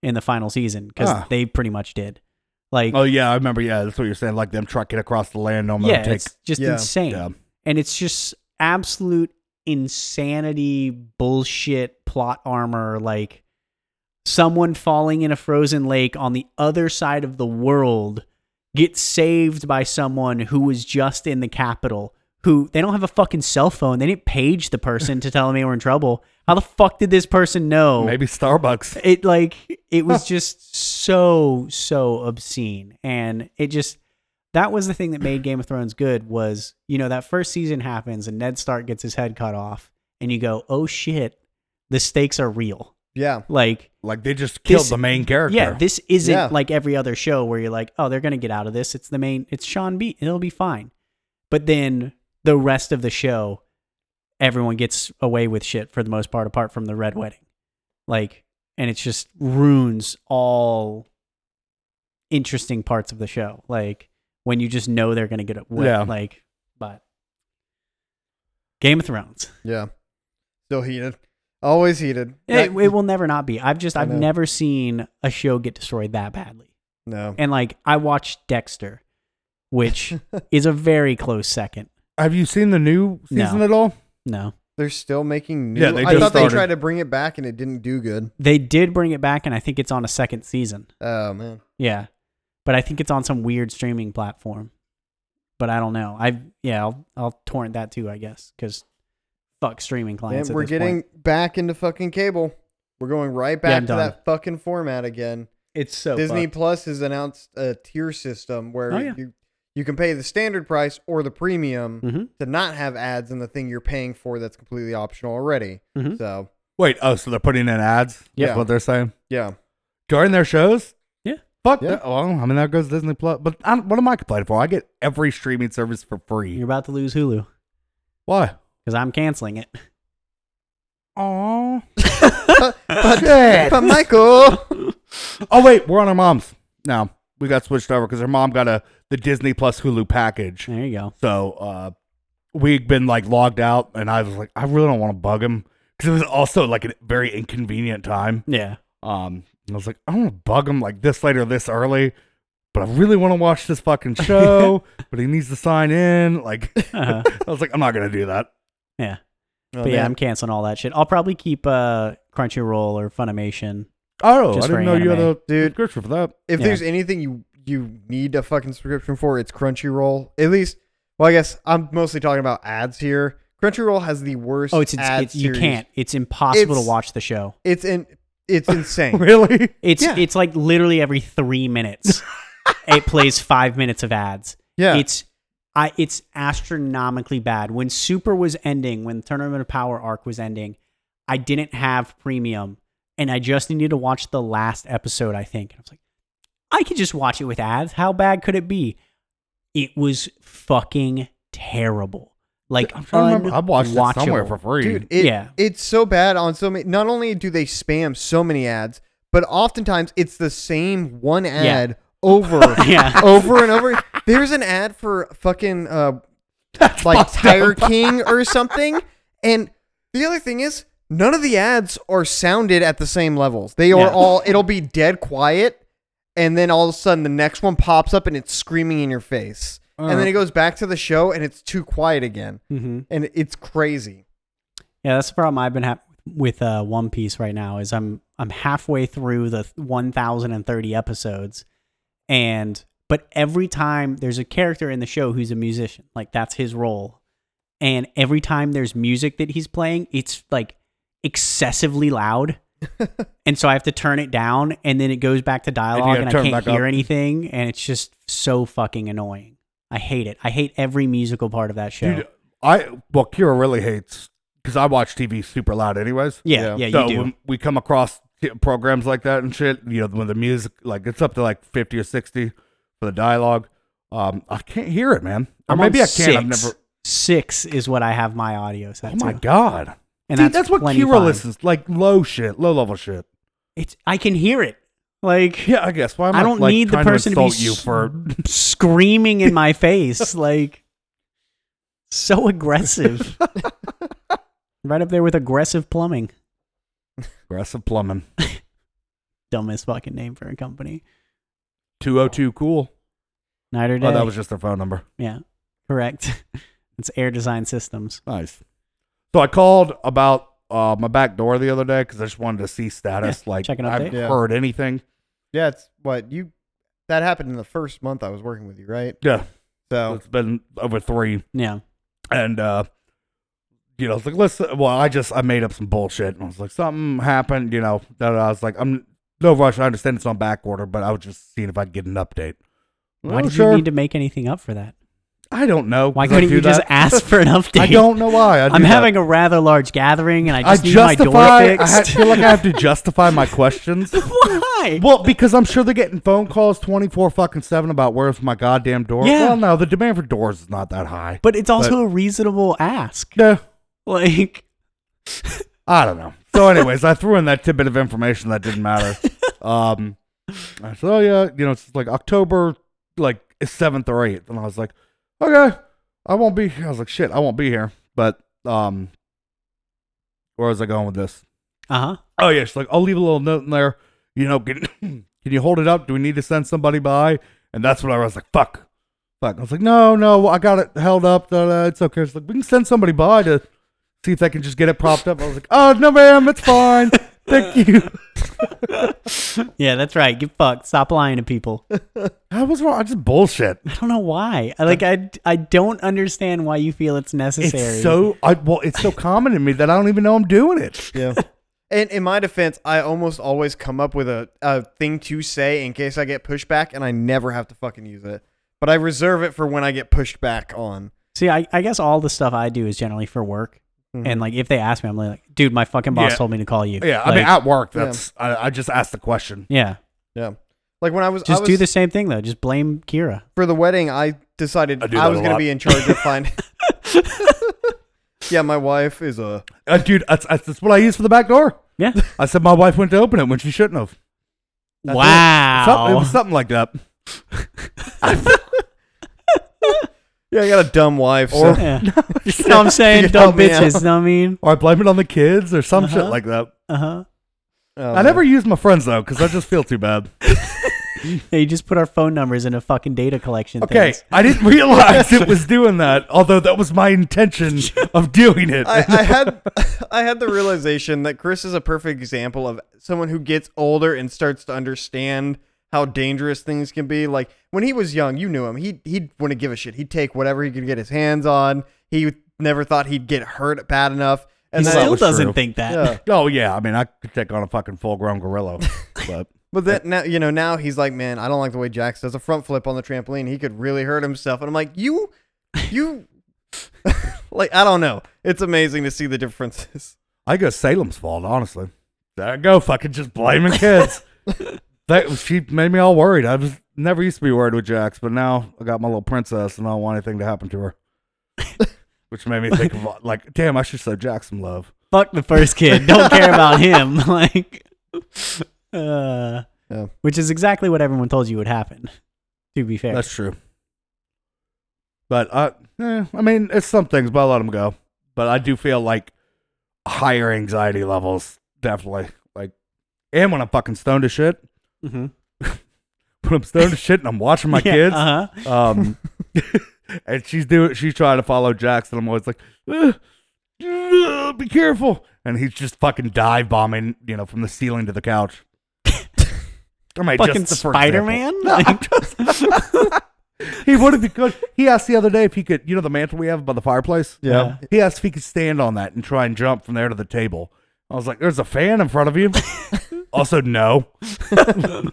S2: in the final season because
S1: Ah.
S2: they pretty much did like
S1: Oh yeah, I remember. Yeah, that's what you're saying. Like them trucking across the land. No,
S2: yeah,
S1: take,
S2: it's just
S3: Yeah.
S2: insane.
S1: Yeah.
S2: And it's just absolute insanity bullshit plot armor like someone falling in a frozen lake on the other side of the world gets saved by someone who was just in the capital who they don't have a fucking cell phone. They didn't page the person to tell them they were in trouble. How the fuck did this person know?
S1: maybe Starbucks.
S2: it like it was just so so obscene and it just that was the thing that made game of thrones good was you know that first season happens and ned stark gets his head cut off and you go oh shit the stakes are real
S3: yeah,
S2: like
S1: Like they just killed
S2: This-
S1: the main character.
S2: yeah this isn't
S3: Yeah.
S2: like every other show where you're like oh they're gonna get out of this it's the main it's sean b it'll be fine but then the rest of the show everyone gets away with shit for the most part apart from the red wedding like and it just ruins all interesting parts of the show like when you just know they're gonna get away
S1: Yeah.
S2: like but game of thrones
S3: yeah. Still heated, always heated.
S2: it,
S3: That-
S2: it will never not be i've just
S3: I
S2: i've
S3: know.
S2: never seen a show get destroyed that badly
S3: no,
S2: and like I watched Dexter, which is a very close second.
S1: Have you seen the new
S2: No.
S1: season at all?
S2: No,
S3: they're still making. New,
S1: Yeah, they
S3: I
S1: just
S3: thought they
S1: started.
S3: tried to bring it back and it didn't do good.
S2: they did bring it back, and I think it's on a second season.
S3: Oh man,
S2: Yeah, but I think it's on some weird streaming platform. But I don't know. I yeah, I'll, I'll torrent that too, I guess, because fuck streaming clients. at
S3: Man, we're
S2: this
S3: getting
S2: point.
S3: back into fucking cable. We're going right
S2: Yeah,
S3: back
S2: I'm
S3: to
S2: done.
S3: that fucking format again.
S2: it's so
S3: Disney
S2: fucked.
S3: Plus has announced a tier system where
S2: Oh, yeah.
S3: you you can pay the standard price or the premium
S2: Mhm.
S3: to not have ads in the thing you're paying for that's completely optional already.
S2: Mhm.
S3: So
S1: Wait. Oh, so they're putting in ads.
S3: Yeah.
S1: That's what they're saying
S3: yeah,
S1: during their shows.
S2: Yeah.
S1: Fuck
S3: Yeah.
S1: that. Well, I mean, there goes Disney Plus. But i what am I complaining for? I get every streaming service for free.
S2: You're about to lose Hulu
S1: Why?
S2: because I'm canceling it.
S1: Aw.
S3: but,
S1: Shit.
S3: but Michael,
S1: Oh wait, we're on our mom's now. We got switched over because her mom got a the Disney Plus Hulu package.
S2: There you go.
S1: So uh, we'd been like logged out, and I was like, I really don't want to bug him because it was also like a very inconvenient time.
S2: Yeah,
S1: Um, and I was like, I don't want to bug him like this late or this early, but I really want to watch this fucking show. but he needs to sign in. Like,
S2: uh-huh.
S1: I was like, I'm not gonna do that.
S2: yeah.
S3: Oh,
S2: But yeah,
S3: man.
S2: I'm canceling all that shit. I'll probably keep uh, Crunchyroll or Funimation.
S1: Oh,
S2: Just
S1: I didn't
S2: for
S1: know you had a
S2: anime.
S3: Dude.
S1: subscription for that.
S3: if
S2: Yeah.
S3: there's anything you you need a fucking subscription for, it's Crunchyroll. At least, well, I guess I'm mostly talking about ads here. Crunchyroll has the worst.
S2: Oh, it's, it's,
S3: ad
S2: it's you
S3: series.
S2: can't. It's impossible
S3: It's-
S2: to watch the show.
S3: It's in. It's insane.
S1: Really?
S2: It's
S3: Yeah.
S2: it's like literally every three minutes, it plays five minutes of ads.
S3: yeah,
S2: It's I it's astronomically bad. When Super was ending, when Tournament of Power arc was ending, I didn't have premium, and I just needed to watch the last episode. I think and I was like, I could just watch it with ads. How bad could it be? It was fucking terrible. Like
S1: I'm trying to remember. I watched it somewhere
S2: unwatchable.
S1: for free.
S3: dude. It,
S2: Yeah.
S3: it's so bad on so many. Not only do they spam so many ads, but oftentimes it's the same one ad over,
S2: Yeah.
S3: over and over. There's an ad for fucking uh, like
S1: fucked
S3: Tire
S1: up.
S3: King or something, and the other thing is none of the ads are sounded at the same levels. They are
S2: Yeah.
S3: all. It'll be dead quiet. And then all of a sudden, the next one pops up and it's screaming in your face. and then
S1: Alright.
S3: it goes back to the show and it's too quiet again.
S2: Mhm.
S3: And it's crazy.
S2: Yeah, that's the problem I've been ha- with uh, One Piece right now is I'm I'm halfway through the 1,030 episodes, and But every time there's a character in the show who's a musician, like that's his role. And every time there's music that he's playing, it's like excessively loud. and so I have to turn it down and then it goes back to dialogue
S1: gotta
S2: and, I
S1: turn it
S2: can't
S1: back
S2: hear
S1: up.
S2: anything. And it's just so fucking annoying. I hate it. I hate every musical part of that show.
S1: Dude, I well, Kira really hates because I watch TV super loud, anyways.
S2: yeah, yeah,
S3: yeah.
S2: you
S1: so
S2: do.
S1: when we come across t- programs like that and shit, you know, when the music like it's up to like fifty or sixty for the dialogue, um, I can't hear it, man. Or
S2: I'm
S1: maybe I
S2: on
S1: can. I've
S2: six.
S1: never.
S2: Six is what I have my audio set
S1: Oh my
S2: to.
S1: god,
S2: And
S1: See, that's, what
S2: plenty
S1: Kira
S2: fine.
S1: listens like low shit, low level shit.
S2: It's I can hear it. Like
S1: Yeah, I guess. Why am I,
S2: I don't
S1: like,
S2: need the
S1: trying to
S2: person to be
S1: insult you
S2: s-
S1: for?
S2: screaming in my face, like so aggressive. right up there with aggressive plumbing.
S1: Aggressive plumbing.
S2: Dumbest fucking name for a company.
S1: Two oh two cool.
S2: Night or day.
S1: Oh, that was just their phone number.
S2: yeah, correct. it's Air Design Systems.
S1: Nice. So I called about uh, my back door the other day because I just wanted to see status.
S2: Yeah,
S1: like
S2: check an
S1: I
S2: update.
S1: haven't
S3: Yeah.
S1: heard anything.
S3: Yeah, it's what you. That happened in the first month I was working with you, right?
S1: Yeah,
S3: So
S1: it's been over three,
S2: Yeah,
S1: and uh, you know, I was like, listen. Well, I just I made up some bullshit, and I was like, something happened. You know, that I was like, I'm no rush. I understand it's on back order, but I was just seeing if I could get an update.
S2: why
S1: Well,
S2: did
S1: Oh, sure.
S2: you need to make anything up for that?
S1: I don't know.
S2: Why
S1: 'cause I
S2: couldn't
S1: do
S2: you just
S1: that.
S2: ask for an update?
S1: I don't know why. I do
S2: I'm
S1: that.
S2: having a rather large gathering, and I
S1: I
S2: just need
S1: justify.
S2: my door
S1: I ha-
S2: fixed.
S1: feel like I have to justify my questions.
S2: Why?
S1: Well, because I'm sure they're getting phone calls 24 fucking 7 about where's my goddamn door.
S2: Yeah.
S1: Well, no, the demand for doors is not that high.
S2: But it's also a reasonable ask.
S1: No,
S2: Like,
S1: I don't know. So, anyways, I threw in that tidbit of information that didn't matter. Um, I said, oh, yeah, you know, it's like October, like 7th or 8th. And I was like, okay, I won't be here. I was like, shit, I won't be here. But, um, where was I going with this?
S2: uh huh.
S1: Oh yeah, she's like, I'll leave a little note in there. You know, can can you hold it up? Do we need to send somebody by? And that's when I was like, fuck, fuck. I was like, no, no, I got it held up. Da, da, it's okay. She's like, we can send somebody by to see if they can just get it propped up. I was like, oh no, ma'am, it's fine. Thank you.
S2: Yeah, that's right. Get fucked. Stop lying to people.
S1: I was wrong. I just bullshit.
S2: I don't know why. I- Like, I, I don't understand why you feel it's necessary.
S1: It's so I well, it's so common in me that I don't even know I'm doing it.
S3: yeah. And in my defense, I almost always come up with a, a thing to say in case I get pushed back, and I never have to fucking use it. But I reserve it for when I get pushed back on.
S2: See, I, I guess all the stuff I do is generally for work.
S3: Mhm.
S2: And like, if they ask me, I'm like, dude, my fucking
S1: Mm-hmm.
S2: boss
S1: Yeah.
S2: told me to call you.
S1: Yeah, I
S2: Like,
S1: mean, at work,
S3: Yeah.
S1: that's I, I just asked the question.
S2: yeah.
S3: Yeah. Like when I was I
S2: Just
S3: was-
S2: do the same thing though. Just blame Kira.
S3: for the wedding, I decided
S1: I do
S3: I,
S1: that
S3: was
S1: a
S3: going to
S1: lot.
S3: be in charge of finding. yeah, my wife is a.
S1: Uh, dude, that's, that's that's what I use for the back door.
S2: Yeah.
S1: I said my wife went to open it when she shouldn't have. That's it. Something, it
S2: wow.
S1: was something like that.
S3: Yeah, I got a dumb wife.
S1: Or-
S3: so.
S2: Yeah. You know what I'm saying?
S3: You
S2: Dumb
S3: help me
S2: bitches.
S3: out.
S2: Know what I mean?
S1: Or I blame it on the kids or some shit
S2: Uh-huh.
S1: like that.
S2: Uh huh.
S3: Oh,
S1: I
S3: man.
S1: never use my friends though because I just feel too bad.
S2: Yeah, you just put our phone numbers in a fucking data collection.
S1: Okay,
S2: things.
S1: I didn't realize it was doing that, although that was my intention of doing it.
S3: I, I had I had the realization that Chris is a perfect example of someone who gets older and starts to understand how dangerous things can be. Like when he was young, you knew him. He he wouldn't give a shit. He'd take whatever he could get his hands on. He never thought he'd get hurt bad enough.
S2: He
S3: And then,
S1: that
S2: still
S1: was
S2: doesn't
S1: true.
S2: think that.
S3: yeah.
S1: oh yeah, I mean I could take on a fucking full-grown gorilla, but
S3: But then now you know now he's like, man, I don't like the way Jax does a front flip on the trampoline. He could really hurt himself. And I'm like, you, you, like I don't know. It's amazing to see the differences.
S1: I go Salem's fault, honestly. There I go, fucking just blaming kids. that she made me all worried. I was never used to be worried with Jax, but now I got my little princess and I don't want anything to happen to her. Which made me think of like, damn, I should show Jax some love.
S2: fuck the first kid. Don't care about him. Like, uh,
S3: Yeah.
S2: which is exactly what everyone told you would happen. To be fair,
S1: That's true. But I, eh, I mean, it's some things, but I let them go. But I do feel like higher anxiety levels, definitely. Like, and when I'm fucking stoned to shit,
S2: mm-hmm.
S1: when I'm stoned to shit and I'm watching my kids,
S2: Uh-huh.
S1: Um, and she's doing, she's trying to follow Jackson. I'm always like, "Ugh, ugh, be careful. And he's just fucking dive bombing, you know, from the ceiling to the couch. I might
S2: fucking
S1: just for example.
S2: Spider Man.
S1: He would if he could. He asked the other day if he could. You know the mantle we have by the fireplace.
S2: Yeah.
S1: He asked if he could stand on that and try and jump from there to the table. I was like, "There's a fan in front of you." also, no.
S2: uh,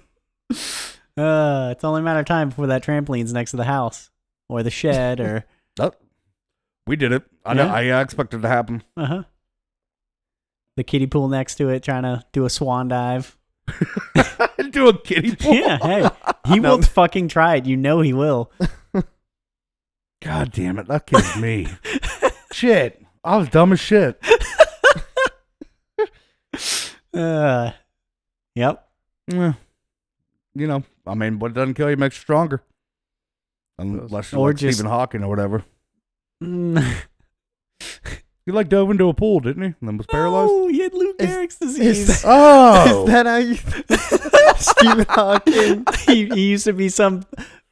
S2: it's only a matter of time before that trampoline's next to the house or the shed or
S1: Nope. we did it. I know. I uh, expected it to happen.
S2: uh huh. The kiddie pool next to it, trying to do a swan dive.
S1: Do a kiddie pool.
S2: Yeah, hey, he will fucking try it. You know he will.
S1: God damn it! That kid's me. shit. I was dumb as shit.
S2: Uh, yep.
S1: Yeah. You know, I mean, what doesn't kill you makes you stronger. Unless you're
S2: Or
S1: like
S2: just-
S1: Stephen Hawking or whatever.
S2: Mm.
S1: He like dove into a pool, didn't he? And then was paralyzed.
S2: Oh, he had Lou
S3: Is-
S2: Gehrig's
S3: is
S2: disease.
S1: Oh,
S3: Is that how you Stephen Hawking?
S2: he, he used to be some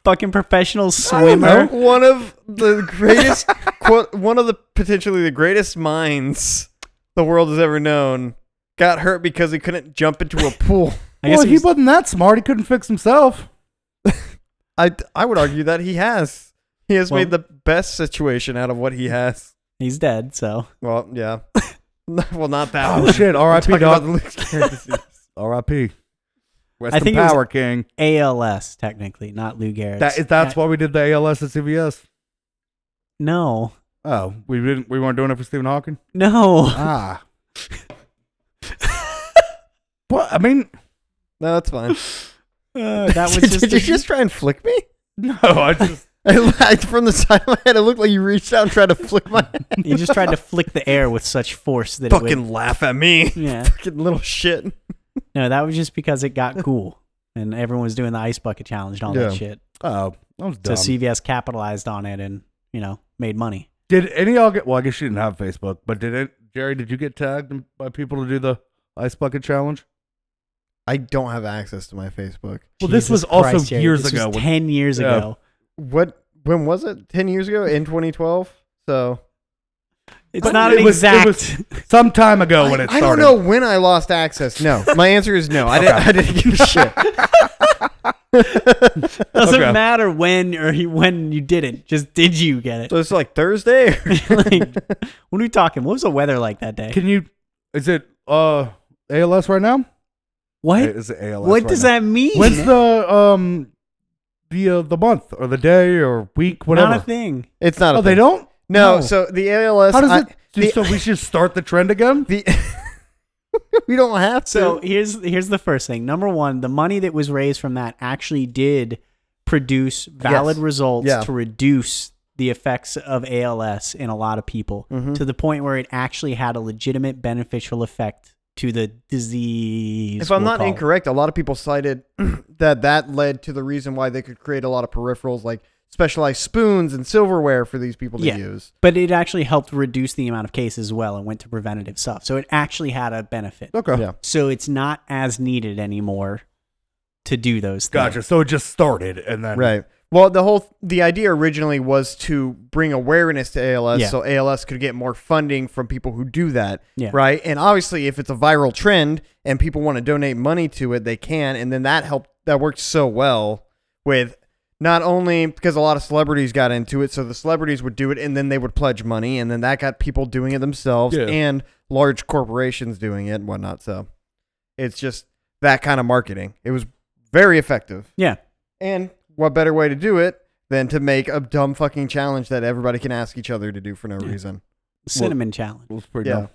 S2: fucking professional
S1: know.
S2: swimmer.
S3: One of the greatest, qu- one of the potentially the greatest minds the world has ever known, got hurt because he couldn't jump into a pool.
S2: I guess
S1: well,
S2: he
S1: he
S2: was-
S1: wasn't that smart. He couldn't fix himself.
S3: I I would argue that he has. He has
S2: Well-
S3: made the best situation out of what he has.
S2: he's dead, so
S3: Well, yeah. No, well, not that.
S1: Oh
S3: one.
S1: shit!
S3: I'm
S1: R.I.P.
S3: talking about
S1: Dog.
S3: the Luke Cage disease.
S1: R.I.P. Rest
S2: I
S1: in
S2: think it was-
S1: power, King.
S2: ALS technically, not Lou Gehrig's. Uh,
S1: That is, that's why we did the ALS at CVS.
S2: No,
S1: Oh, we didn't. We weren't doing it for Stephen Hawking.
S2: no.
S1: Ah. What I mean,
S3: No, that's fine.
S2: Uh, that was
S3: did,
S2: just.
S3: did
S2: a-
S3: you just try and flick me?
S1: no, I just
S3: I, I- from the side of my head, it looked like you reached out and tried to flick my head.
S2: you just tried to flick the air with such force that it would.
S3: Fucking laugh at me.
S2: Yeah.
S3: Fucking little shit.
S2: No, that was just because it got cool and everyone was doing the ice bucket challenge and all that
S3: Yeah.
S2: shit.
S1: oh, I was
S2: So
S1: dumb.
S2: CVS capitalized on it and you know made money.
S1: did any of y'all get? Well, I guess you didn't have Facebook, but did it, Jerry? Did you get tagged by people to do the ice bucket challenge?
S3: I don't have access to my Facebook.
S1: Well, this was also years ago when-
S2: Ten years
S1: Yeah.
S2: ago.
S3: What? When was it? Ten years ago? In 2012? So
S2: It's
S1: But
S2: not
S1: it
S2: an
S1: was- it
S2: exact.
S1: was- Some time
S2: Oh,
S1: ago when
S3: I,
S1: it
S3: I
S1: started.
S3: don't know when I lost access. No, my answer is no. I didn't. I didn't give a shit.
S2: doesn't
S1: Okay.
S2: matter when or he, when you did it. Just did you get it?
S3: So it's like Thursday. or-
S2: like, what are we talking? What was the weather like that day?
S1: Can you? Is it uh ALS right now?
S2: what?
S1: Is it ALS?
S2: What
S1: right
S2: does
S1: now?
S2: that mean?
S1: When's the um the uh, the month or the day or week
S2: not a
S1: whatever?
S2: thing.
S3: It's not. A
S1: Oh, they
S3: thing.
S1: don't.
S3: No,
S2: No.
S3: so the ALS.
S1: How does
S3: I-
S1: it? so we should start the trend again.
S3: the, the we don't have to.
S2: So here's here's the first thing. Number one, the money that was raised from that actually did produce valid
S3: Yes.
S2: results
S3: Yeah.
S2: to reduce the effects of ALS in a lot of people
S3: Mm-hmm.
S2: to the point where it actually had a legitimate beneficial effect to the disease.
S3: if I'm
S2: we'll
S3: not
S2: call it.
S3: incorrect, a lot of people cited that that led to the reason why they could create a lot of peripherals like specialized spoons and silverware for these people to
S2: Yeah.
S3: use.
S2: but it actually helped reduce the amount of cases as well and went to preventative stuff. So it actually had a benefit.
S1: Okay.
S3: Yeah.
S2: So it's not as needed anymore to do those things.
S1: Gotcha. So it just started and then
S3: Right. Well, the whole the idea originally was to bring awareness to ALS,
S2: Yeah.
S3: so ALS could get more funding from people who do that.
S2: Yeah.
S3: Right. And obviously, if it's a viral trend and people want to donate money to it, they can. And then that helped. That worked so well with not only because a lot of celebrities got into it, so the celebrities would do it, and then they would pledge money, and then that got people doing it themselves
S1: Yeah.
S3: and large corporations doing it and whatnot. So it's just that kind of marketing. It was very effective.
S2: Yeah.
S3: And what better way to do it than to make a dumb fucking challenge that everybody can ask each other to do for no
S2: Yeah.
S3: reason?
S2: Cinnamon challenge.
S1: It was pretty
S3: Yeah.
S1: dumb.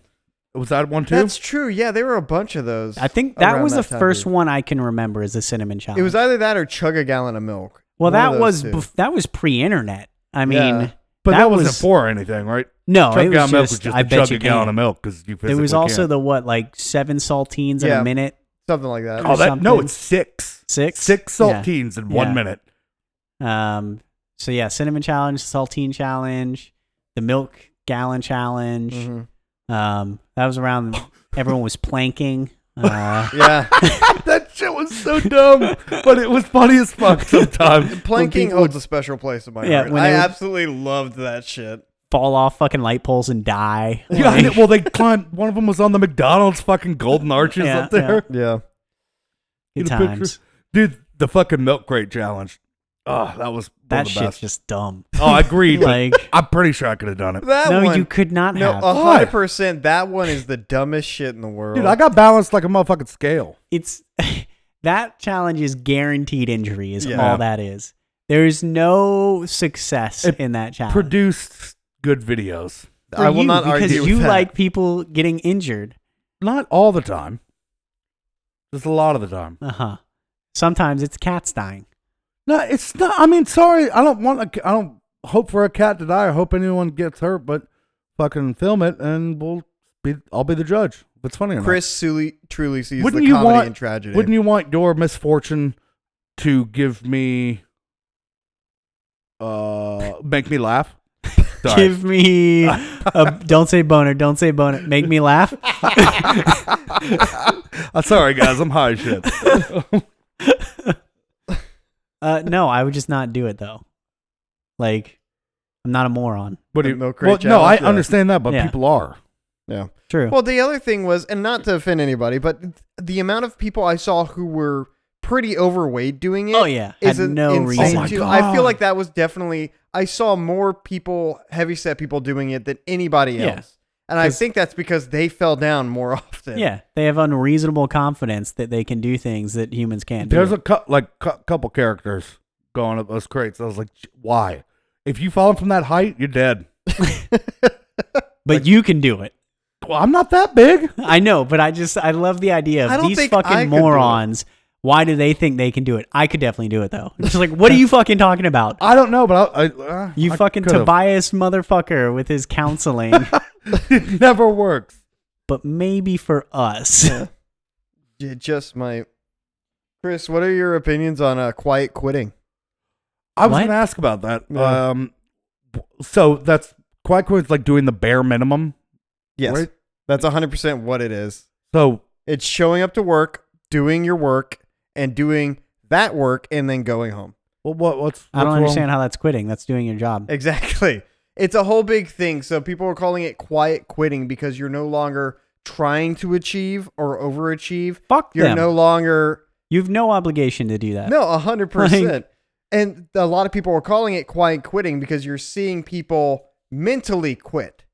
S1: Was that one too?
S3: That's true. Yeah, there were a bunch of those.
S2: I think that
S3: around
S2: was the
S3: time
S2: first
S3: period.
S2: one I can remember is the cinnamon challenge.
S3: It was either that or chug a gallon of milk.
S2: well,
S3: One
S2: that
S3: of those
S2: was
S3: two.
S2: bef- that was pre-internet. I mean,
S3: Yeah.
S1: but that,
S2: that
S1: wasn't
S2: was-
S1: for anything, right?
S2: no,
S1: chug
S2: it
S1: gallon
S2: was
S1: milk was
S2: just,
S1: just
S2: I
S1: a
S2: bet
S1: chug
S2: you
S1: a gallon of
S2: can.
S1: milk because you physically
S2: There was also
S1: can't.
S2: the what like seven saltines in
S3: Yeah.
S2: a minute.
S3: something like that.
S2: or
S1: oh that no,
S2: something.
S1: it's six
S2: Six?
S1: six
S2: Yeah.
S1: saltines in one
S2: Yeah.
S1: minute.
S2: Um, so yeah, cinnamon challenge, saltine challenge, the milk gallon challenge.
S3: Mhm.
S2: Um, that was around. Everyone was planking. Uh,
S3: Yeah,
S1: that shit was so dumb, but it was funny as fuck sometimes.
S3: planking
S1: When people-
S3: holds a special place in my
S2: Yeah,
S3: heart.
S2: when
S3: I
S2: they would-
S3: absolutely loved that shit.
S2: fall off fucking light poles and die.
S1: Yeah, I know. well, they climbed. One of them was on the McDonald's fucking golden arches
S2: Yeah,
S1: up there.
S2: yeah.
S3: Yeah,
S1: Get
S2: Good
S1: a picture.
S2: times.
S1: dude, the fucking milk crate challenge. Oh, that was one
S2: That
S1: of the
S2: shit's
S1: best.
S2: just dumb.
S1: oh, I agreed. but
S2: like,
S1: I'm pretty sure I could have done it.
S3: That
S2: no,
S3: one,
S2: you could not
S3: no,
S2: have.
S3: a hundred percent. That one is the dumbest shit in the world.
S1: Dude, I got balanced like a motherfucking scale.
S2: it's that challenge is guaranteed injury. Is
S3: Yeah.
S2: all that is. There's no success
S1: It
S2: in that challenge.
S1: Produced good videos.
S2: for
S3: I will
S2: you,
S3: not
S2: because
S3: argue with
S2: you
S3: that.
S2: like people getting injured.
S1: Not all the time. Just a lot of the time.
S2: Uh huh. Sometimes it's cats dying.
S1: No, it's not. I mean, sorry. I don't want. A, I don't hope for a cat to die. I hope anyone gets hurt, but fucking film it, and we'll be. I'll be the judge. If it's funny or not.
S3: Chris Sully, truly sees
S1: Wouldn't
S3: the
S1: you
S3: comedy
S1: want-
S3: and tragedy.
S1: Wouldn't you want your misfortune to give me, uh, make me laugh? Sorry.
S2: Give me a don't say boner, don't say boner. Make me laugh.
S1: I'm sorry, guys. I'm high as shit.
S2: Uh, no, I would just not do it though. Like, I'm not a moron.
S1: What do
S3: The
S1: you?
S3: milk crate
S1: Well, no, I
S3: challenge, yeah.
S1: understand that, but
S2: Yeah.
S1: people are.
S3: Yeah.
S2: True.
S3: Well, the other thing was, and not to offend anybody, but th- the amount of people I saw who were pretty overweight doing it.
S2: Oh, yeah.
S3: is
S2: Had
S3: an-
S2: no
S3: insane
S2: reason.
S1: Oh, my
S3: too.
S1: God.
S3: I feel like that was definitely. I saw more people, heavy set people, doing it than anybody
S2: Yeah.
S3: else, and I
S2: 'Cause-
S3: think that's because they fell down more often.
S2: yeah, they have unreasonable confidence that they can do things that humans can't.
S1: There's
S2: do.
S1: a cou- like cou- couple characters going up those crates. I was like, "J- why? If you fall from that height, you're dead.
S2: but you can do it.
S1: Well, I'm not that big.
S2: I know, but I just I love the idea
S3: I
S2: of
S3: don't
S2: these
S3: think I
S2: fucking
S3: could do it.
S2: morons. Why do they think they can do it? I could definitely do it though. It's like, what are you fucking talking about?
S1: I don't know, but I, I uh,
S2: You
S1: I
S2: fucking
S1: could've.
S2: Tobias motherfucker with his counseling,
S1: it never works.
S2: but maybe for us.
S3: J- just my. Chris, what are your opinions on uh, quiet quitting?
S1: I was
S2: What?
S1: going to ask about that.
S3: Yeah.
S1: Um, so that's quite quick. Like doing the bare minimum. right?
S3: that's hundred percent what it is.
S1: So
S3: It's showing up to work, doing your work, and doing that work, and then going home.
S1: well, what? What's,
S2: I don't
S1: what's
S2: understand
S1: Wrong?
S2: how that's quitting. That's doing your job.
S3: Exactly. It's a whole big thing. So people are calling it quiet quitting because you're no longer trying to achieve or overachieve.
S2: Fuck
S3: You're
S2: them.
S3: no longer
S2: You've no obligation to do that.
S3: no, a hundred percent.
S2: Like-
S3: And a lot of people are calling it quiet quitting because you're seeing people mentally quit.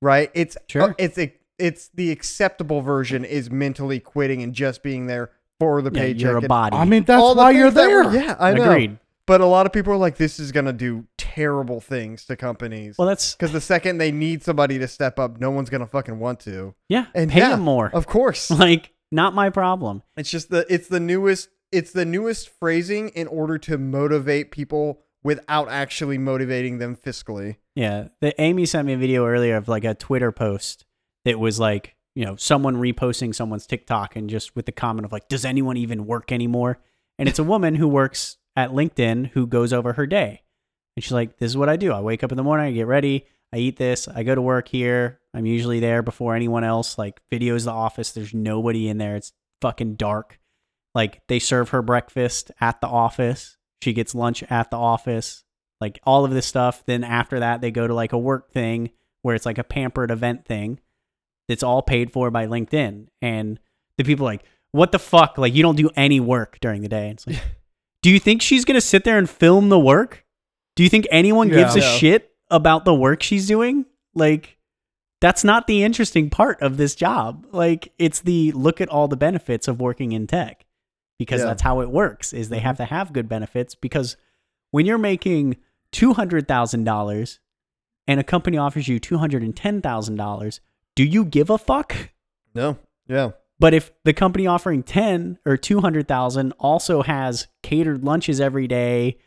S3: Right? It's
S2: Sure.
S3: uh, it's a, it's the acceptable version is mentally quitting and just being there for the
S2: Yeah,
S3: paycheck.
S2: you're a
S3: and
S2: body.
S1: I mean, that's
S3: all the
S1: why you're
S3: things that
S1: there.
S3: were- yeah, I know.
S2: Agreed.
S3: But a lot of people are like, this is gonna do terrible things to companies.
S2: Well, that's
S3: Because the second they need somebody to step up, no one's gonna fucking want to.
S2: yeah.
S3: And
S2: pay
S3: yeah,
S2: them more.
S3: Of course.
S2: Like, not my problem.
S3: it's just the it's the newest it's the newest phrasing in order to motivate people without actually motivating them fiscally.
S2: Yeah. The Amy sent me a video earlier of like a Twitter post that was like, you know, someone reposting someone's TikTok and just with the comment of like, does anyone even work anymore? And it's a woman who works at LinkedIn who goes over her day. And she's like, this is what I do. I wake up in the morning, I get ready, I eat this, I go to work here. I'm usually there before anyone else. Like, videos the office, there's nobody in there. It's fucking dark. Like, they serve her breakfast at the office. She gets lunch at the office like all of this stuff. Then after that, they go to like a work thing where it's like a pampered event thing that's all paid for by LinkedIn. And the people are like, what the fuck? Like, you don't do any work during the day. It's like, do you think she's going to sit there and film the work? Do you think anyone
S1: Yeah.
S2: gives a
S3: Yeah.
S2: shit about the work she's doing? Like, that's not the interesting part of this job. Like, it's the look at all the benefits of working in tech because
S3: Yeah.
S2: that's how it works is they have to have good benefits because when you're making $200,000 and a company offers you $210,000, do you give a fuck?
S3: No. Yeah.
S2: But if the company offering 10 or 200,000 also has catered lunches every day,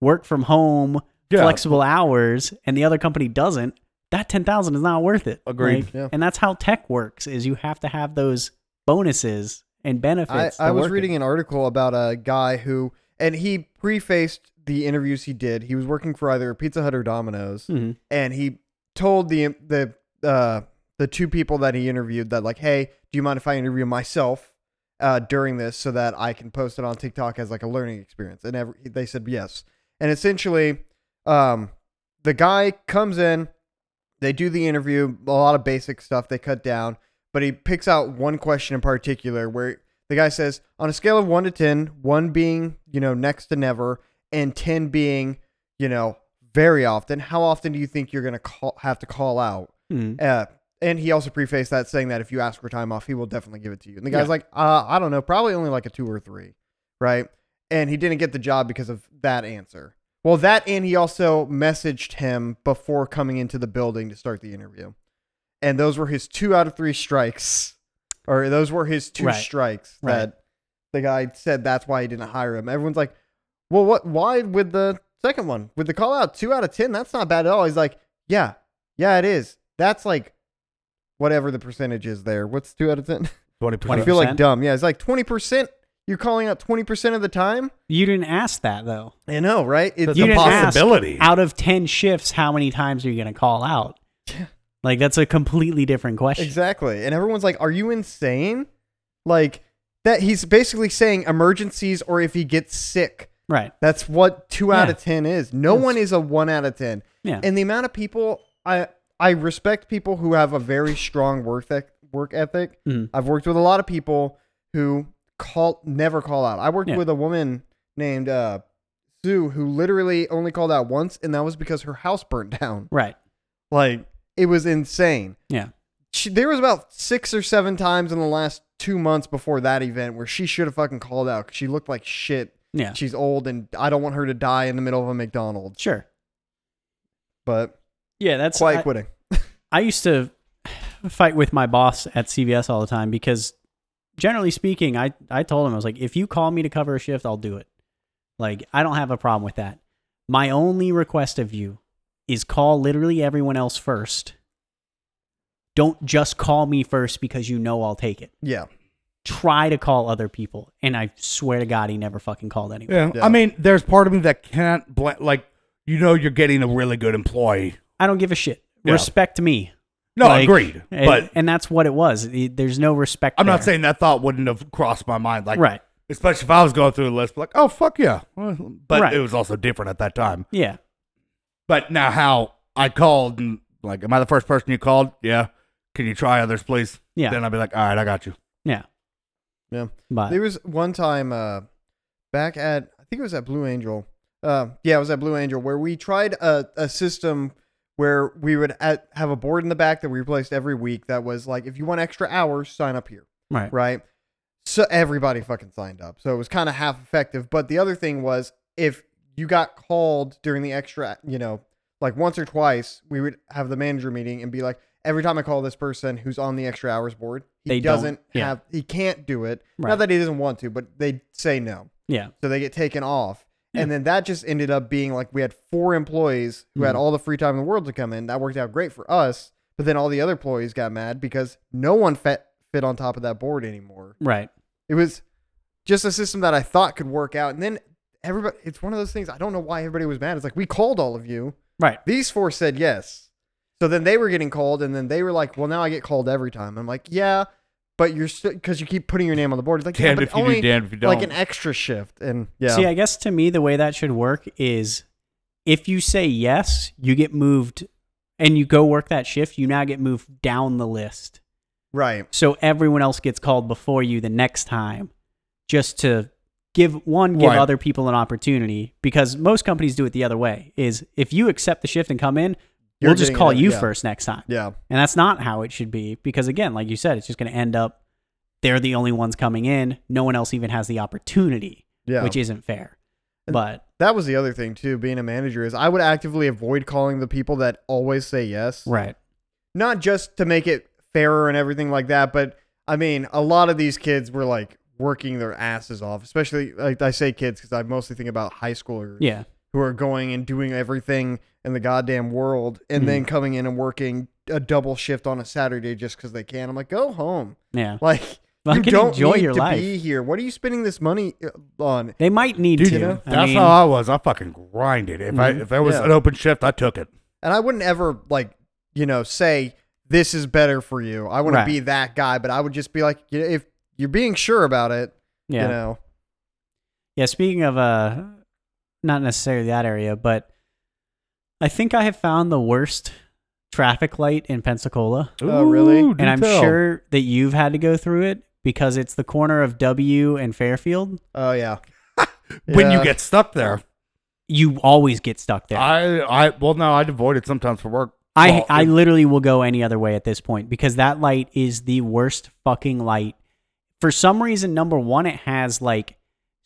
S2: work from home,
S1: Yeah.
S2: flexible hours and the other company doesn't, that 10,000 is not worth it.
S1: Agreed.
S2: Like,
S3: Yeah.
S2: And that's how tech works is you have to have those bonuses and
S3: I,
S2: benefits.
S3: I was reading an article about a guy who and he prefaced the interviews he did. He was working for either Pizza Hut or Domino's.
S2: Mhm.
S3: and he told the the uh, the two people that he interviewed that like, hey, do you mind if I interview myself uh, during this so that I can post it on TikTok as like a learning experience? And every, they said yes. And essentially, um, the guy comes in, they do the interview, a lot of basic stuff they cut down, but he picks out one question in particular where The guy says, on a scale of one to 10, one being, you know, next to never, and 10 being, you know, very often, how often do you think you're going to call, have to call out?
S2: Hmm.
S3: Uh, and he also prefaced that saying that if you ask for time off, he will definitely give it to you. And the guy's
S2: Yeah.
S3: like, uh, I don't know, probably only like a two or three, right? And he didn't get the job because of that answer. Well, that and he also messaged him before coming into the building to start the interview. And those were his two out of three strikes, or those were his two
S2: Right.
S3: strikes
S2: Right.
S3: that the guy said that's why he didn't hire him. Everyone's like, well, what? Why with the second one with the call out two out of ten? That's not bad at all. He's like, yeah, yeah, it is. That's like whatever the percentage is there. What's two out of ten?
S1: Twenty
S3: I
S1: percent.
S3: feel like
S2: 20%?
S3: dumb. Yeah, it's like twenty percent. You're calling out twenty percent of the time.
S2: You didn't ask that though.
S3: I know, right? It's
S2: you
S1: a
S2: didn't ask
S1: possibility.
S2: out of 10 shifts, how many times are you going to call out? Like, that's a completely different question.
S3: Exactly. And everyone's like, "Are you insane?" Like that. He's basically saying emergencies or if he gets sick.
S2: Right.
S3: That's what two out
S2: Yeah.
S3: of ten is. No
S2: Yes.
S3: one is a one out of ten.
S2: Yeah.
S3: And the amount of people I I respect people who have a very strong work eth- work ethic.
S2: Mhm.
S3: I've worked with a lot of people who call never call out. I worked
S2: Yeah.
S3: with a woman named uh, Sue who literally only called out once, and that was because her house burned down.
S2: Right.
S3: Like it was insane.
S2: Yeah.
S3: She, there was about six or seven times in the last two months before that event where she should have fucking called out because she looked like shit.
S2: Yeah.
S3: She's old, and I don't want her to die in the middle of a McDonald's.
S2: Sure.
S3: But
S2: Yeah. That's
S3: quiet
S2: I-
S3: quitting.
S2: I used to fight with my boss at CVS all the time because generally speaking, I, I told him, I was like, if you call me to cover a shift, I'll do it. Like, I don't have a problem with that. My only request of you is call literally everyone else first. Don't just call me first because you know I'll take it.
S3: Yeah.
S2: Try to call other people. And I swear to God, he never fucking called anyone.
S1: Yeah.
S3: Yeah.
S1: I mean, there's part of me that can't bl- like you know you're getting a really good employee.
S2: I don't give a shit.
S1: Yeah.
S2: Respect me.
S1: No,
S2: Like,
S1: agreed.
S2: And,
S1: but
S2: and that's what it was. It- There's no respect.
S1: I'm not
S2: there.
S1: saying that thought wouldn't have crossed my mind. Like,
S2: right.
S1: especially if I was going through the list, like, oh fuck yeah. Well, But
S2: Right.
S1: it was also different at that time.
S2: Yeah.
S1: But now, how I called and like, am I the first person you called? Yeah. Can you try others, please?
S2: Yeah.
S1: Then I'd be like, all right, I got you.
S2: Yeah.
S3: Yeah.
S2: But
S3: There was one time uh, back at I think it was at Blue Angel. Uh, yeah, it was at Blue Angel where we tried a, a system where we would at, have a board in the back that we replaced every week that was like, if you want extra hours, sign up here,
S2: right.
S3: right? So everybody fucking signed up. So it was kind of half effective. But the other thing was if you got called during the extra, you know, like once or twice, we would have the manager meeting and be like, every time I call this person who's on the extra hours board, he
S2: They don't-
S3: doesn't
S2: yeah.
S3: have, he can't do it.
S2: Right.
S3: Not that he doesn't want to, but they say no.
S2: Yeah.
S3: So they get taken off. And then that just ended up being like we had four employees who had
S1: Mm.
S2: Mhm.
S3: all the free time in the world to come in. That worked out great for us. But then all the other employees got mad because no one fit, fit on top of that board anymore.
S2: Right.
S3: It was just a system that I thought could work out. And then everybody, it's one of those things. I don't know why everybody was mad. It's like we called all of you.
S2: Right.
S3: These four said yes. So then they were getting called, and then they were like, "Well, now I get called every time." I'm like, "Yeah, but you're still because you keep putting your name on the board." It's like, yeah,
S1: Damned
S3: but
S1: if you
S3: only
S1: do, damned if you don't.
S3: like an extra shift, and yeah,
S2: See, I guess to me, the way that should work is if you say yes, you get moved and you go work that shift, you now get moved down the list.
S3: right,
S2: So everyone else gets called before you the next time just to give one, give
S1: Right.
S2: other people an opportunity because most companies do it the other way is if you accept the shift and come in,
S3: You're
S2: we'll just
S3: getting
S2: call
S3: it,
S2: you
S3: yeah.
S2: first next time.
S3: yeah,
S2: And that's not how it should be because, again, like you said, it's just going to end up they're the only ones coming in. No one else even has the opportunity,
S3: yeah.
S2: which isn't fair. But
S3: that was the other thing too. Being a manager is I would actively avoid calling the people that always say yes,
S2: right,
S3: not just to make it fairer and everything like that, but I mean, a lot of these kids were like working their asses off, especially like I say kids because I mostly think about high schoolers
S2: yeah,
S3: who are going and doing everything in the goddamn world and
S2: Mm-hmm.
S3: then coming in and working a double shift on a Saturday just because they can. I'm like, go home.
S2: yeah.
S3: Like, you
S2: Fucking
S3: don't
S2: enjoy
S3: need
S2: your
S3: to
S2: life.
S3: be here. What are you spending this money uh, on?
S2: They might need
S1: Dude,
S2: to.
S1: you know,
S2: I
S1: that's
S2: mean,
S1: how I was. I fucking grinded. If I
S2: Mhm.
S1: if there was
S3: Yeah.
S1: an open shift, I took it.
S3: And I wouldn't ever like, you know, say this is better for you. I wouldn't
S2: Right.
S3: be that guy, but I would just be like, y- if you're being sure about it,
S2: yeah,
S3: you know,
S2: yeah. Speaking of, uh, not necessarily that area, but I think I have found the worst traffic light in Pensacola,
S3: Oh, really?
S1: Ooh, do
S2: and I'm
S1: tell.
S2: sure that you've had to go through it because it's the corner of W and Fairfield.
S3: Oh yeah.
S1: When you
S3: Yeah.
S1: get stuck there,
S2: You always get stuck there. I
S1: I, I, well, no, I'd avoid it sometimes for work.
S2: I,
S1: Well, it-
S2: literally will go any other way at this point because that light is the worst fucking light. For some reason, number one, it has like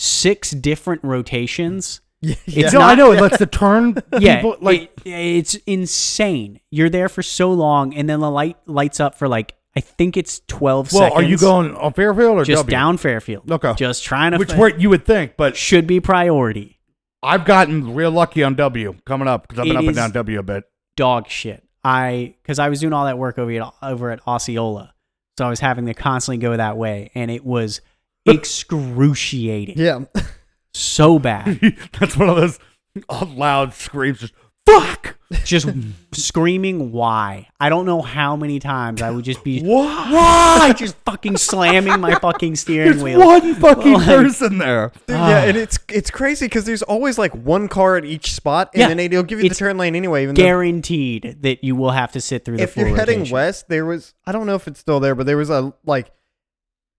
S2: six different rotations.
S3: Yeah.
S2: It's
S1: no, I
S2: not-
S1: know it lets the turn.
S2: yeah,
S1: people, like
S2: it- it's insane. You're there for so long, and then the light lights up for like I think it's twelve
S1: Well,
S2: seconds.
S1: are you going on Fairfield or
S2: just
S1: W?
S2: down Fairfield?
S1: Okay.
S2: just trying to
S1: Which
S2: fi-
S1: word you would think, but
S2: should be priority.
S1: I've gotten real lucky on W coming up because I've been
S2: It
S1: up
S2: is-
S1: and down W a bit.
S2: Dog shit. I because I was doing all that work over at over at Osceola, so I was having to constantly go that way, and it was excruciating,
S3: Yeah.
S2: so bad.
S1: That's one of those loud screams. Just fuck.
S2: Just screaming, why? I don't know how many times I would just be
S1: Why?
S2: I just fucking slamming my fucking steering
S1: There's
S2: wheel.
S1: one fucking
S2: Like-
S1: person there.
S3: Dude,
S2: Ah.
S3: yeah, and it's it's crazy because there's always like one car at each spot, and
S2: Yeah.
S3: then it'll give you the
S2: It's
S3: turn lane anyway. Even though
S2: guaranteed that you will have to sit through the
S3: if you're
S2: full
S3: heading
S2: rotation.
S3: west, there was I don't know if it's still there, but there was a like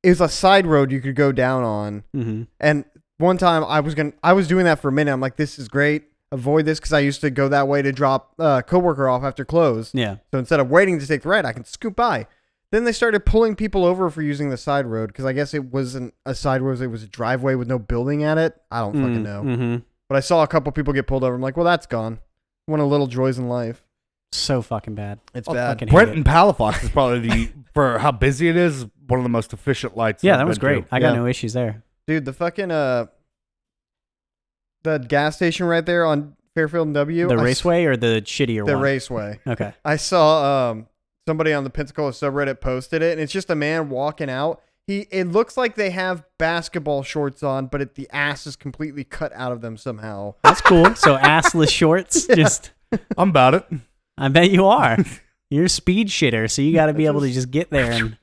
S3: it was a side road you could go down on.
S2: Mhm.
S3: And one time I was gonna I was doing that for a minute. I'm like, this is great. Avoid this because I used to go that way to drop uh, coworker off after close.
S2: Yeah.
S3: So instead of waiting to take the ride, I can scoop by. Then they started pulling people over for using the side road because I guess it wasn't a side road; it was a driveway with no building at it. I don't fucking know.
S2: Mm-hmm.
S3: But I saw a couple people get pulled over. I'm like, well, that's gone. One of the little joys in life.
S2: So fucking bad.
S3: It's
S2: I'll
S3: bad.
S2: Oh, fucking hate
S1: Brent
S2: it.
S1: and Palafox is probably the for how busy it is. One of the most efficient lights.
S2: Yeah,
S1: I've
S2: that was
S1: been to.
S2: great. I got
S3: Yeah.
S2: no issues there.
S3: Dude, the fucking uh, the gas station right there on Fairfield and W.
S2: The
S3: I s-
S2: raceway or the shittier
S3: The
S2: one?
S3: raceway.
S2: Okay.
S3: I saw um somebody on the Pensacola subreddit posted it, and it's just a man walking out. He it looks like they have basketball shorts on, but it, the ass is completely cut out of them somehow.
S2: That's cool. So assless shorts. Just,
S1: I'm about it.
S2: I bet you are. You're a speed shitter, so you got to be able to just get there and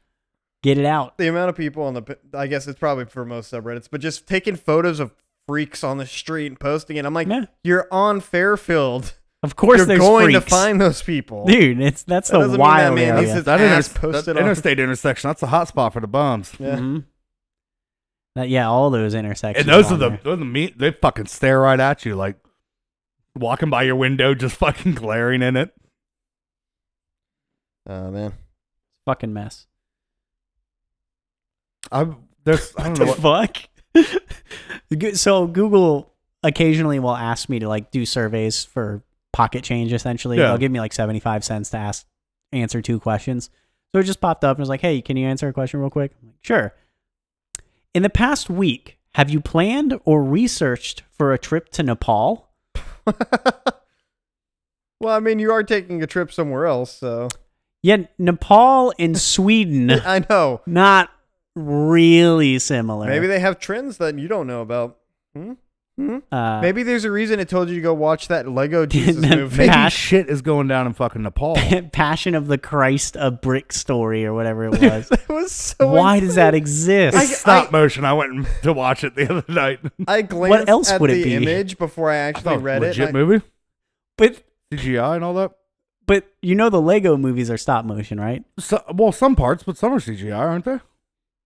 S2: get it out.
S3: The amount of people on the pe- I guess it's probably for most subreddits, but just taking photos of freaks on the street and posting it. I'm like,
S2: Yeah.
S3: you're on Fairfield.
S2: Of course,
S3: you're
S2: there's
S3: going to
S2: freaks.
S3: find those people.
S2: Dude, it's that's
S3: That
S2: the
S3: doesn't mean that
S2: wild
S3: man
S2: area.
S3: needs his
S1: That,
S3: ass
S1: inter-
S3: posted
S1: that
S3: on.
S1: interstate intersection. That's a hot spot for the bums.
S3: Yeah.
S2: Mhm. That- yeah, all those intersections.
S1: And those are
S2: on
S1: the
S2: there.
S1: those are the meat. They fucking stare right at you, like walking by your window, just fucking glaring in it.
S3: Oh man.
S2: fucking mess.
S1: I there's I don't know.
S2: the
S1: What,
S2: fuck? Go- so Google occasionally will ask me to like do surveys for pocket change. Essentially,
S1: Yeah.
S2: they'll give me like seventy five cents to ask answer two questions. So it just popped up and was like, "Hey, can you answer a question real quick?" I'm like, "Sure." In the past week, have you planned or researched for a trip to Nepal?
S3: well, I mean, you are taking a trip somewhere else, so
S2: Yeah, Nepal and Sweden
S3: I know.
S2: not really similar.
S3: Maybe they have trends that you don't know about. Hmm? Hmm?
S2: uh,
S3: Maybe there's a reason it told you to go watch that Lego Jesus
S2: that-
S3: movie.
S1: maybe
S2: Pash-
S1: shit is going down in fucking Nepal.
S2: Passion of the Christ, a brick story or whatever it was.
S3: that was so.
S2: Why does that
S1: It's
S2: exist?
S1: stop motion. I went to watch it the other night.
S3: I glanced
S2: else
S3: at
S2: would it
S3: the
S2: be?
S3: image before I actually read it.
S1: legit
S3: and I-
S1: movie,
S2: but
S1: CGI and all that.
S2: but you know the Lego movies are stop motion, right?
S1: So, well, some parts, but some are CGI, aren't they?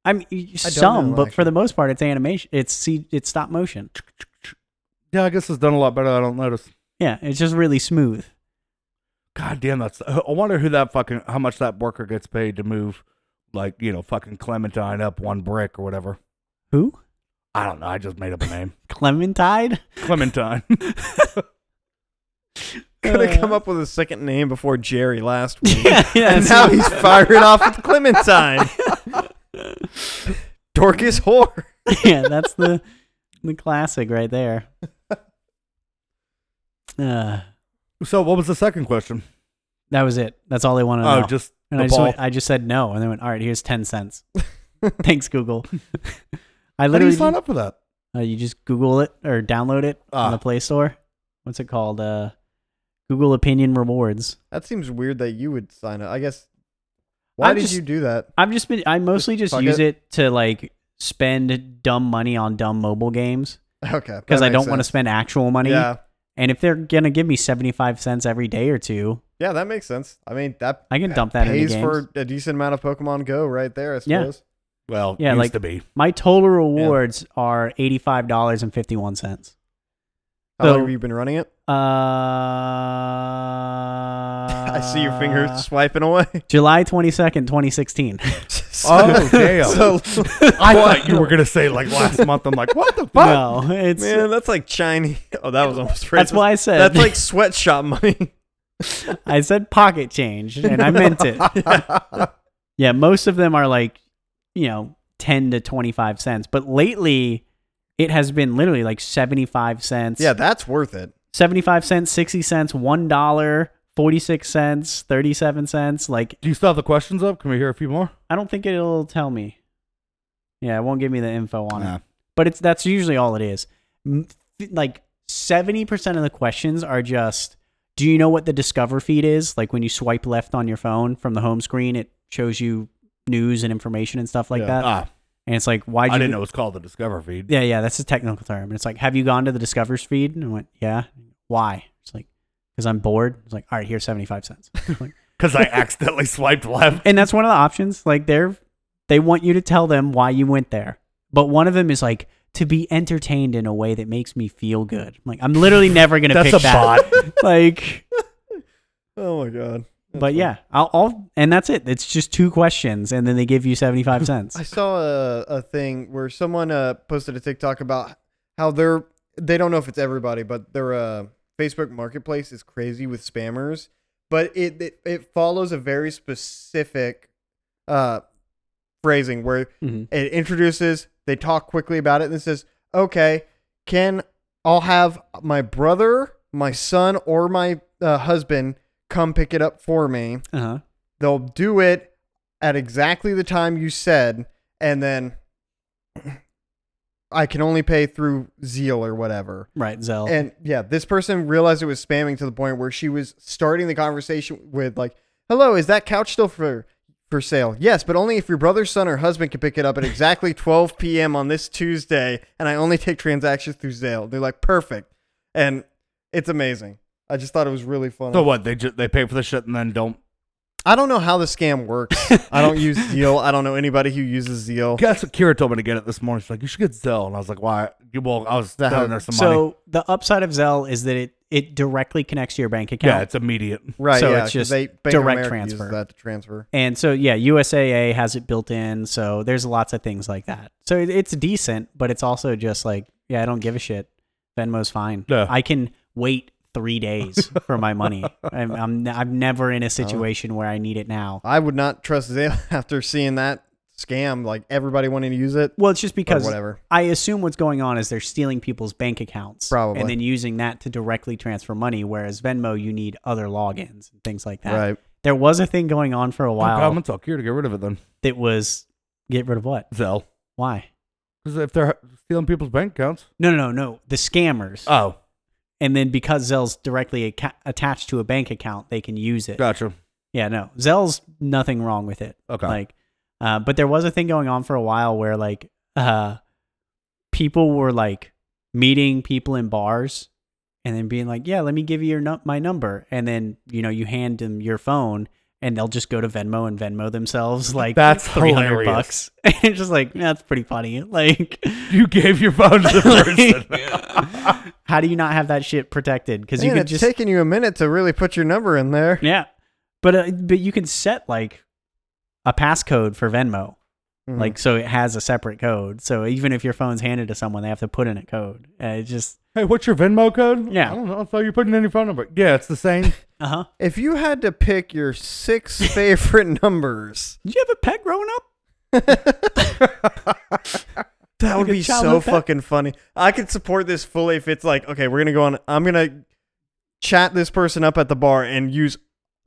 S2: I mean, y-
S3: don't
S2: some,
S3: know,
S2: but for
S3: actually.
S2: the most part, it's animation. It's C, it's stop motion.
S1: Yeah, I guess it's done a lot better. I don't notice.
S2: Yeah, it's just really smooth.
S1: God damn, that's. I wonder who that fucking how much that worker gets paid to move, like you know, fucking Clementine up one brick or whatever.
S2: Who?
S1: I don't know. I just made up a name,
S2: Clementine?
S1: Clementine.
S3: Could
S2: Uh,
S3: have come up with a second name before Jerry last week.
S2: yeah, yeah.
S3: and
S2: it's-
S3: now he's firing off with Clementine. Dorcas whore.
S2: yeah, that's the the classic right there. Uh,
S1: so, what was the second question?
S2: that was it. That's all they wanted to
S1: Oh,
S2: know.
S1: just
S2: And
S1: the
S2: I just,
S1: ball.
S2: went, I just said no, and they went, "All right, here's ten cents. Thanks, Google." I
S1: how do you
S2: literally
S1: sign up for that?
S2: Uh, you just Google it or download it on
S1: Ah.
S2: the Play Store. What's it called? Uh, Google Opinion Rewards.
S3: That seems weird that you would sign up. I guess. Why did
S2: just-
S3: you do that?
S2: I've just been. I mostly just
S3: fuck
S2: use
S3: it.
S2: it. to like spend dumb money on dumb mobile games
S3: Okay.
S2: because I don't want to spend actual money.
S3: Yeah.
S2: And if they're gonna give me seventy five cents every day or two,
S3: Yeah, that makes sense. I mean, that
S2: I can dump that into
S3: pays
S2: games.
S3: for a decent amount of Pokemon Go right there, I
S2: Yeah.
S3: suppose.
S1: Well,
S2: Yeah,
S1: used
S2: like-
S1: to be.
S2: My total rewards are eighty-five dollars and fifty-one cents.
S3: How long
S2: So-
S3: have you been running it?
S2: Uh,
S3: I
S2: I
S3: see your
S2: uh,
S3: fingers swiping away.
S2: July twenty-second, twenty sixteen.
S3: So-
S1: Oh, damn.
S3: so-
S1: I thought you were gonna say like last month. I'm like, what the fuck?
S2: no, it's
S3: man, that's like Chinese. Oh, that was almost racist.
S2: that's why I said
S3: That's like sweatshop money.
S2: I said pocket change, and I meant it. Yeah, most of them are like, you know, 10 to 25 cents. But lately, it has been literally like 75 cents.
S3: yeah, that's worth it.
S2: 75 cents, 60 cents, $1, 46 cents, 37 cents. Like,
S1: Do you still have the questions up? Can we hear a few more?
S2: I don't think it'll tell me. Yeah, it won't give me the info on
S1: Nah.
S2: it. But it's that's usually all it is. M- th- Like 70% of the questions are just do you know what the discover feed is? Like when you swipe left on your phone from the home screen, it shows you news and information and stuff like
S3: Yeah.
S2: that.
S1: Ah,
S2: And it's like, why
S1: I
S2: you
S1: didn't know it was called the Discover feed.
S2: Yeah, yeah, that's a technical term. And it's like, have you gone to the Discover's feed? And I went, yeah. Why? It's like, because I'm bored. It's like, all right, here's 75 cents. Like,
S1: Because I accidentally swiped left.
S2: and that's one of the options. Like, they're, they want you to tell them why you went there. But one of them is like, to be entertained in a way that makes me feel good. I'm like, I'm literally never going to
S1: That's
S2: pick
S1: a
S2: that. like,
S3: Oh my god. That's
S2: but
S3: funny.
S2: yeah, I'll, I'll, and that's it. It's just two questions. And then they give you 75
S3: I
S2: cents.
S3: saw a, a thing where someone uh, posted a TikTok about how they're they don't know if it's everybody, but their uh, Facebook Marketplace is crazy with spammers. But it it, it follows a very specific uh, phrasing where
S2: Mhm.
S3: it introduces they talk quickly about it and it says, "Okay, can I'll have my brother, my son, or my uh, husband come pick it up for me."
S2: Uh huh.
S3: they'll do it at exactly the time you said and then i can only pay through zeal or whatever
S2: Right, Zell.
S3: and yeah this person realized it was spamming to the point where she was starting the conversation with like hello is that couch still for for sale yes but only if your brother son or husband can pick it up at exactly 12 p.m on this tuesday and i only take transactions through zale they're like perfect and it's amazing i just thought it was really funny
S1: So what? They just they pay for the shit and then don't.
S3: I don't know how the scam works. I don't use Zeal. I don't know anybody who uses Zeal.
S1: That's what Kira told me to get it this morning. She's like, you should get Zelle, and I was like, why? You well, I was
S3: The hell-
S1: telling her some
S2: so
S1: money.
S2: the upside of Zelle is that it it directly connects to your bank account.
S1: Yeah, it's immediate.
S3: Right.
S2: So
S3: yeah,
S2: it's
S3: 'cause
S2: just
S3: they, Bank of
S2: direct
S3: America
S2: transfer.
S3: Uses that to transfer.
S2: and so yeah, USAA has it built in. So there's lots of things like that. So it, it's decent, but it's also just like yeah, I don't give a shit. Venmo's fine.
S1: Yeah.
S2: I can wait three days for my money. I'm, I'm I'm never
S3: Oh.
S2: in a situation where I need it now.
S3: I would not trust Zeal after seeing that scam. Like everybody wanting to use it
S2: Well, it's just
S3: or
S2: because
S3: whatever.
S2: I assume what's going on is they're stealing people's bank accounts,
S3: Probably.
S2: and then using that to directly transfer money. Whereas Venmo, you need other logins and things like that.
S3: Right.
S2: There was a thing going on for a
S1: Wow.
S2: while
S1: I'm gonna tell Kira to get rid of it then.
S2: that was get rid of what?
S1: Zelle,
S2: Why?
S1: because if they're stealing people's bank accounts.
S2: No, no, no, no. The scammers.
S1: Oh,
S2: and then because Zell's directly aca- attached to a bank account, they can use it.
S1: gotcha.
S2: Yeah, no. Zell's nothing wrong with it.
S1: Okay.
S2: Like, uh, but there was a thing going on for a while where like uh, people were like meeting people in bars and then being like, "Yeah, let me give you your num- my number," and then you know you hand them your phone. And they'll just go to Venmo and Venmo themselves like
S1: That's
S2: three hundred
S1: hilarious.
S2: bucks. And it's just like that's pretty funny. Like,
S1: you gave your phone to the person.
S2: how do you not have that shit protected? Because you
S3: Man,
S2: could
S3: it's
S2: just
S3: taking you a minute to really put your number in there.
S2: yeah, but uh, but you can set like a passcode for Venmo,
S3: Mhm.
S2: like so it has a separate code. So even if your phone's handed to someone, they have to put in a code. Uh, it just
S1: hey, what's your Venmo code?
S2: Yeah.
S1: I don't know. I thought you put in any phone number. Yeah, it's the same.
S2: uh huh.
S3: if you had to pick your six favorite numbers,
S2: Did you have a pet growing up?
S3: that would
S2: a
S3: be so
S2: childhood pet?
S3: fucking funny. I could support this fully if it's like, okay, we're gonna go on. I'm gonna chat this person up at the bar and use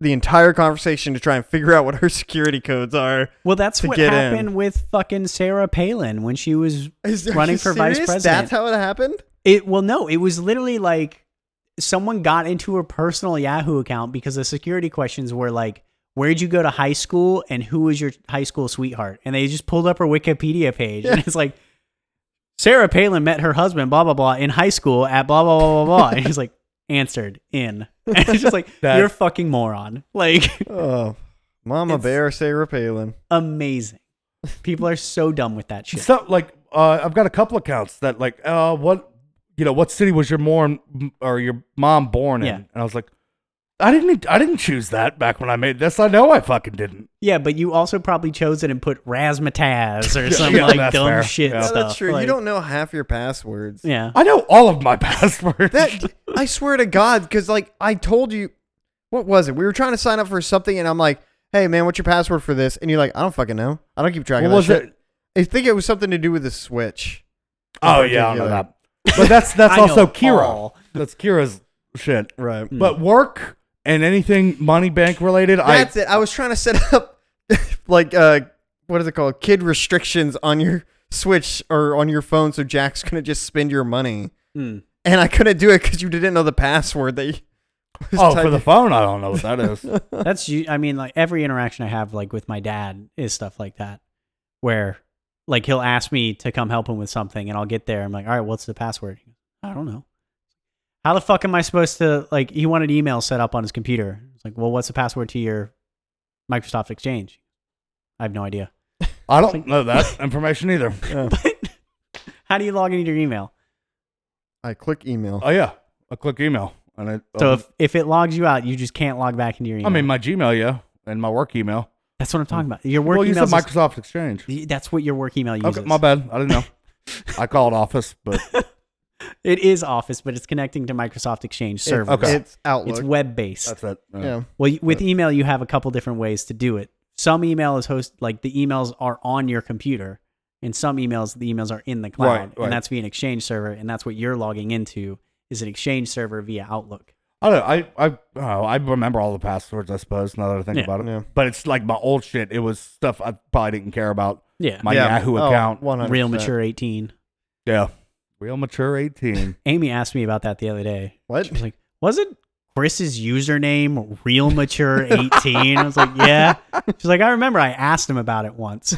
S3: the entire conversation to try and figure out what her security codes are.
S2: Well, that's
S3: To
S2: what
S3: get in.
S2: happened with fucking Sarah Palin when she was
S3: Is are
S2: Running
S3: you
S2: for vice
S3: serious?
S2: president.
S3: That's how it happened.
S2: It well, no, it was literally like someone got into her personal Yahoo account because the security questions were like, "Where'd you go to high school?" and "Who was your high school sweetheart?" and they just pulled up her Wikipedia page, and it's like, Sarah Palin met her husband, blah blah blah, in high school at blah blah blah blah blah, and she's like, answered in, and it's just like,
S1: That-
S2: you're a fucking moron, like
S3: Oh, Mama
S2: It's-
S3: Bear Sarah Palin.
S2: amazing. People are so dumb with that shit.
S1: So like uh, I've got a couple accounts that like uh what you know what city was your mom or your mom born in?
S2: Yeah.
S1: And I was like, I didn't I didn't choose that back when I made this. I know I fucking didn't.
S2: yeah, but you also probably chose it and put razzmatazz or
S1: Yeah,
S2: some
S1: yeah,
S2: like
S1: that's
S2: dumb
S1: fair.
S2: shit
S1: Yeah.
S3: No,
S2: stuff.
S3: that's true.
S2: Like,
S3: you don't know half your passwords.
S2: Yeah.
S1: I know all of my passwords.
S3: That I swear to God, because like I told you, what was it? We were trying to sign up for something, and I'm like, "Hey man, what's your password for this?" And you're like, "I don't fucking know. I don't keep track
S1: what
S3: of that
S1: was
S3: shit."
S1: it?
S3: I think it was something to do with the Switch.
S1: Oh yeah, I know
S3: particular.
S1: that. But that's that's
S2: I know
S1: also Kira.
S2: all. Hmm.
S1: That's Kira's shit.
S3: Right.
S1: But work and anything money bank related,
S3: That's
S1: I
S3: it. I was trying to set up like uh what is it called? Kid restrictions on your Switch or on your phone, so Jack's gonna just spend your money.
S2: Mm.
S3: And I couldn't do it because you didn't know the password that you. was
S1: oh for the
S3: typing.
S1: phone, I don't know what that is.
S2: That's you. I mean, like every interaction I have, like with my dad, is stuff like that, where like he'll ask me to come help him with something, and I'll get there. I'm like, all right, what's the password? I don't know. How the fuck am I supposed to like? He wanted email set up on his computer. It's like, well, what's the password to your Microsoft Exchange? I have no idea.
S1: I don't know that information either.
S2: How do you log into your email?
S3: I click email.
S1: Oh yeah, I click email and it.
S2: So if, if it logs you out, you just can't log back into your email.
S1: Um, I mean my Gmail, yeah, and my work email.
S2: that's what I'm talking about. Your work
S1: well, you
S2: email.
S1: said Microsoft Exchange.
S2: that's what your work email uses.
S1: Okay, my bad. I didn't know. I call it Office, but
S2: It is Office, but it's connecting to Microsoft Exchange servers.
S1: okay.
S3: It's Outlook.
S2: It's web based.
S1: that's it. Yeah.
S3: yeah.
S2: Well, you- with email, you have a couple different ways to do it. Some email is host like the emails are on your computer, and some emails the emails are in the cloud,
S1: Right, right.
S2: and that's via an Exchange server, and that's what you're logging into is an Exchange server via Outlook.
S1: I don't. I I oh, I remember all the passwords. I suppose now that I think
S2: Yeah.
S1: about it.
S3: Yeah.
S1: But it's like my old shit. It was stuff I probably didn't care about.
S2: Yeah,
S1: My Yahoo
S3: oh,
S1: account.
S3: 100%.
S2: real mature eighteen.
S1: Yeah. Real mature eighteen.
S2: Amy asked me about that the other day.
S3: What?
S2: She was like, "Wasn't Chris's username real mature 18?" I was like, "Yeah." She's like, "I remember I asked him about it once."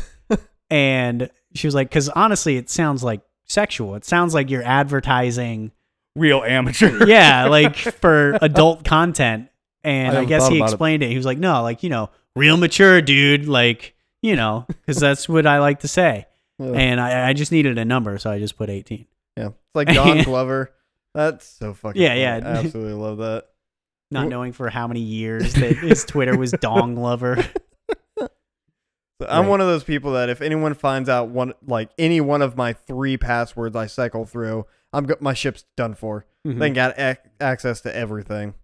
S2: And she was like, "Cuz honestly, it sounds like sexual. It sounds like you're advertising,
S1: Real amateur.
S2: yeah, like for adult content." And
S1: I
S2: I,
S1: never
S2: guess
S1: thought
S2: he
S1: about it.
S2: explained it. He was like, "No, like, you know, real mature dude, like, you know, cuz that's what I like to say."
S3: Yeah.
S2: And I, I just needed a number, so I just put 18.
S3: Yeah. It's like Don Glover. That's so fucking.
S2: Yeah,
S3: funny.
S2: yeah.
S3: I absolutely love that.
S2: Not
S3: Wh-
S2: knowing for how many years that his Twitter was dong lover.
S3: So I'm
S2: Right.
S3: one of those people that if anyone finds out one like any one of my three passwords I cycle through, I'm go- my ship's done for.
S2: Mm-hmm.
S3: They got ac- access to everything.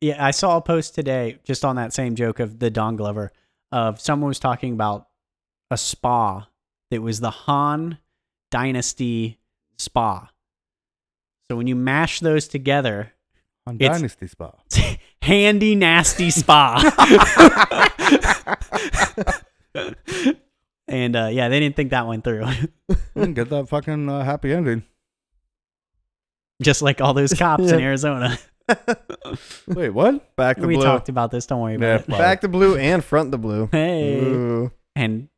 S2: Yeah, I saw a post today just on that same joke of the Don Glover of someone was talking about a spa that was the Han Dynasty spa. So when you mash those together,
S1: On
S2: It's-
S1: Dynasty Spa.
S2: handy nasty spa. and uh, yeah, they didn't think that one through.
S1: Didn't get that fucking uh, happy ending.
S2: just like all those cops in Arizona.
S1: Wait, what?
S3: Back the
S2: we
S3: blue,
S2: talked about this. Don't worry about
S1: Yeah,
S2: it.
S1: probably.
S3: back the blue, and front the blue.
S2: Hey.
S3: Ooh.
S2: and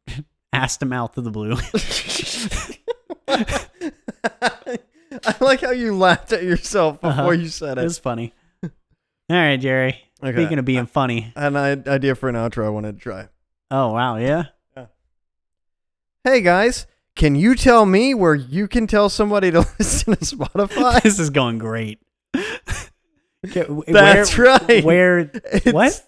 S2: ass to mouth of the blue.
S3: I like how you laughed at yourself before
S2: Uh-huh.
S3: you said
S2: It
S3: it.
S2: was funny. All right, Jerry.
S3: Okay.
S2: Speaking of being funny.
S3: I had an i- idea for an outro I wanted to try.
S2: Oh wow, yeah.
S3: Hey guys, can you tell me where you can tell somebody to listen to Spotify?
S2: This is going great. Okay, w-
S3: That's
S2: where,
S3: right.
S2: Where
S3: It's-
S2: what?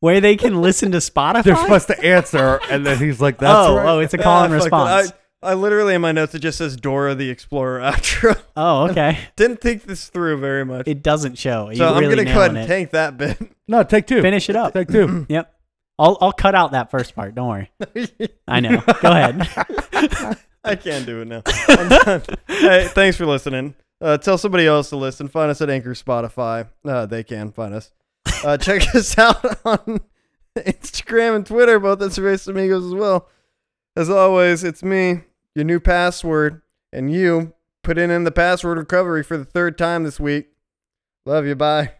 S2: Where they can listen to Spotify?
S1: They're supposed to answer, and then he's like, "That's
S2: oh,
S1: right."
S2: oh, it's a call and
S3: Ah, fuck that.
S2: response.
S3: I, I literally in my notes it just says Dora the Explorer outro.
S2: oh, okay.
S3: Didn't think this through very much.
S2: It doesn't show.
S3: so
S2: You're
S3: I'm
S2: really
S3: gonna go ahead
S2: nailing
S3: and
S2: it.
S3: tank that bit.
S1: No, take two.
S2: Finish it up.
S1: Take two.
S2: Yep. I'll I'll cut out that first part. Don't worry. I know. Go ahead.
S3: I can't do it now. I'm done. Hey, thanks for listening. Uh, tell somebody else to listen. Find us at Anchor, Spotify. Uh, they can find us. Uh, check us out on Instagram and Twitter, both at Cerveza Amigos as well. As always, it's me, your new password, and you put in, in the password recovery for the third time this week. Love you. Bye.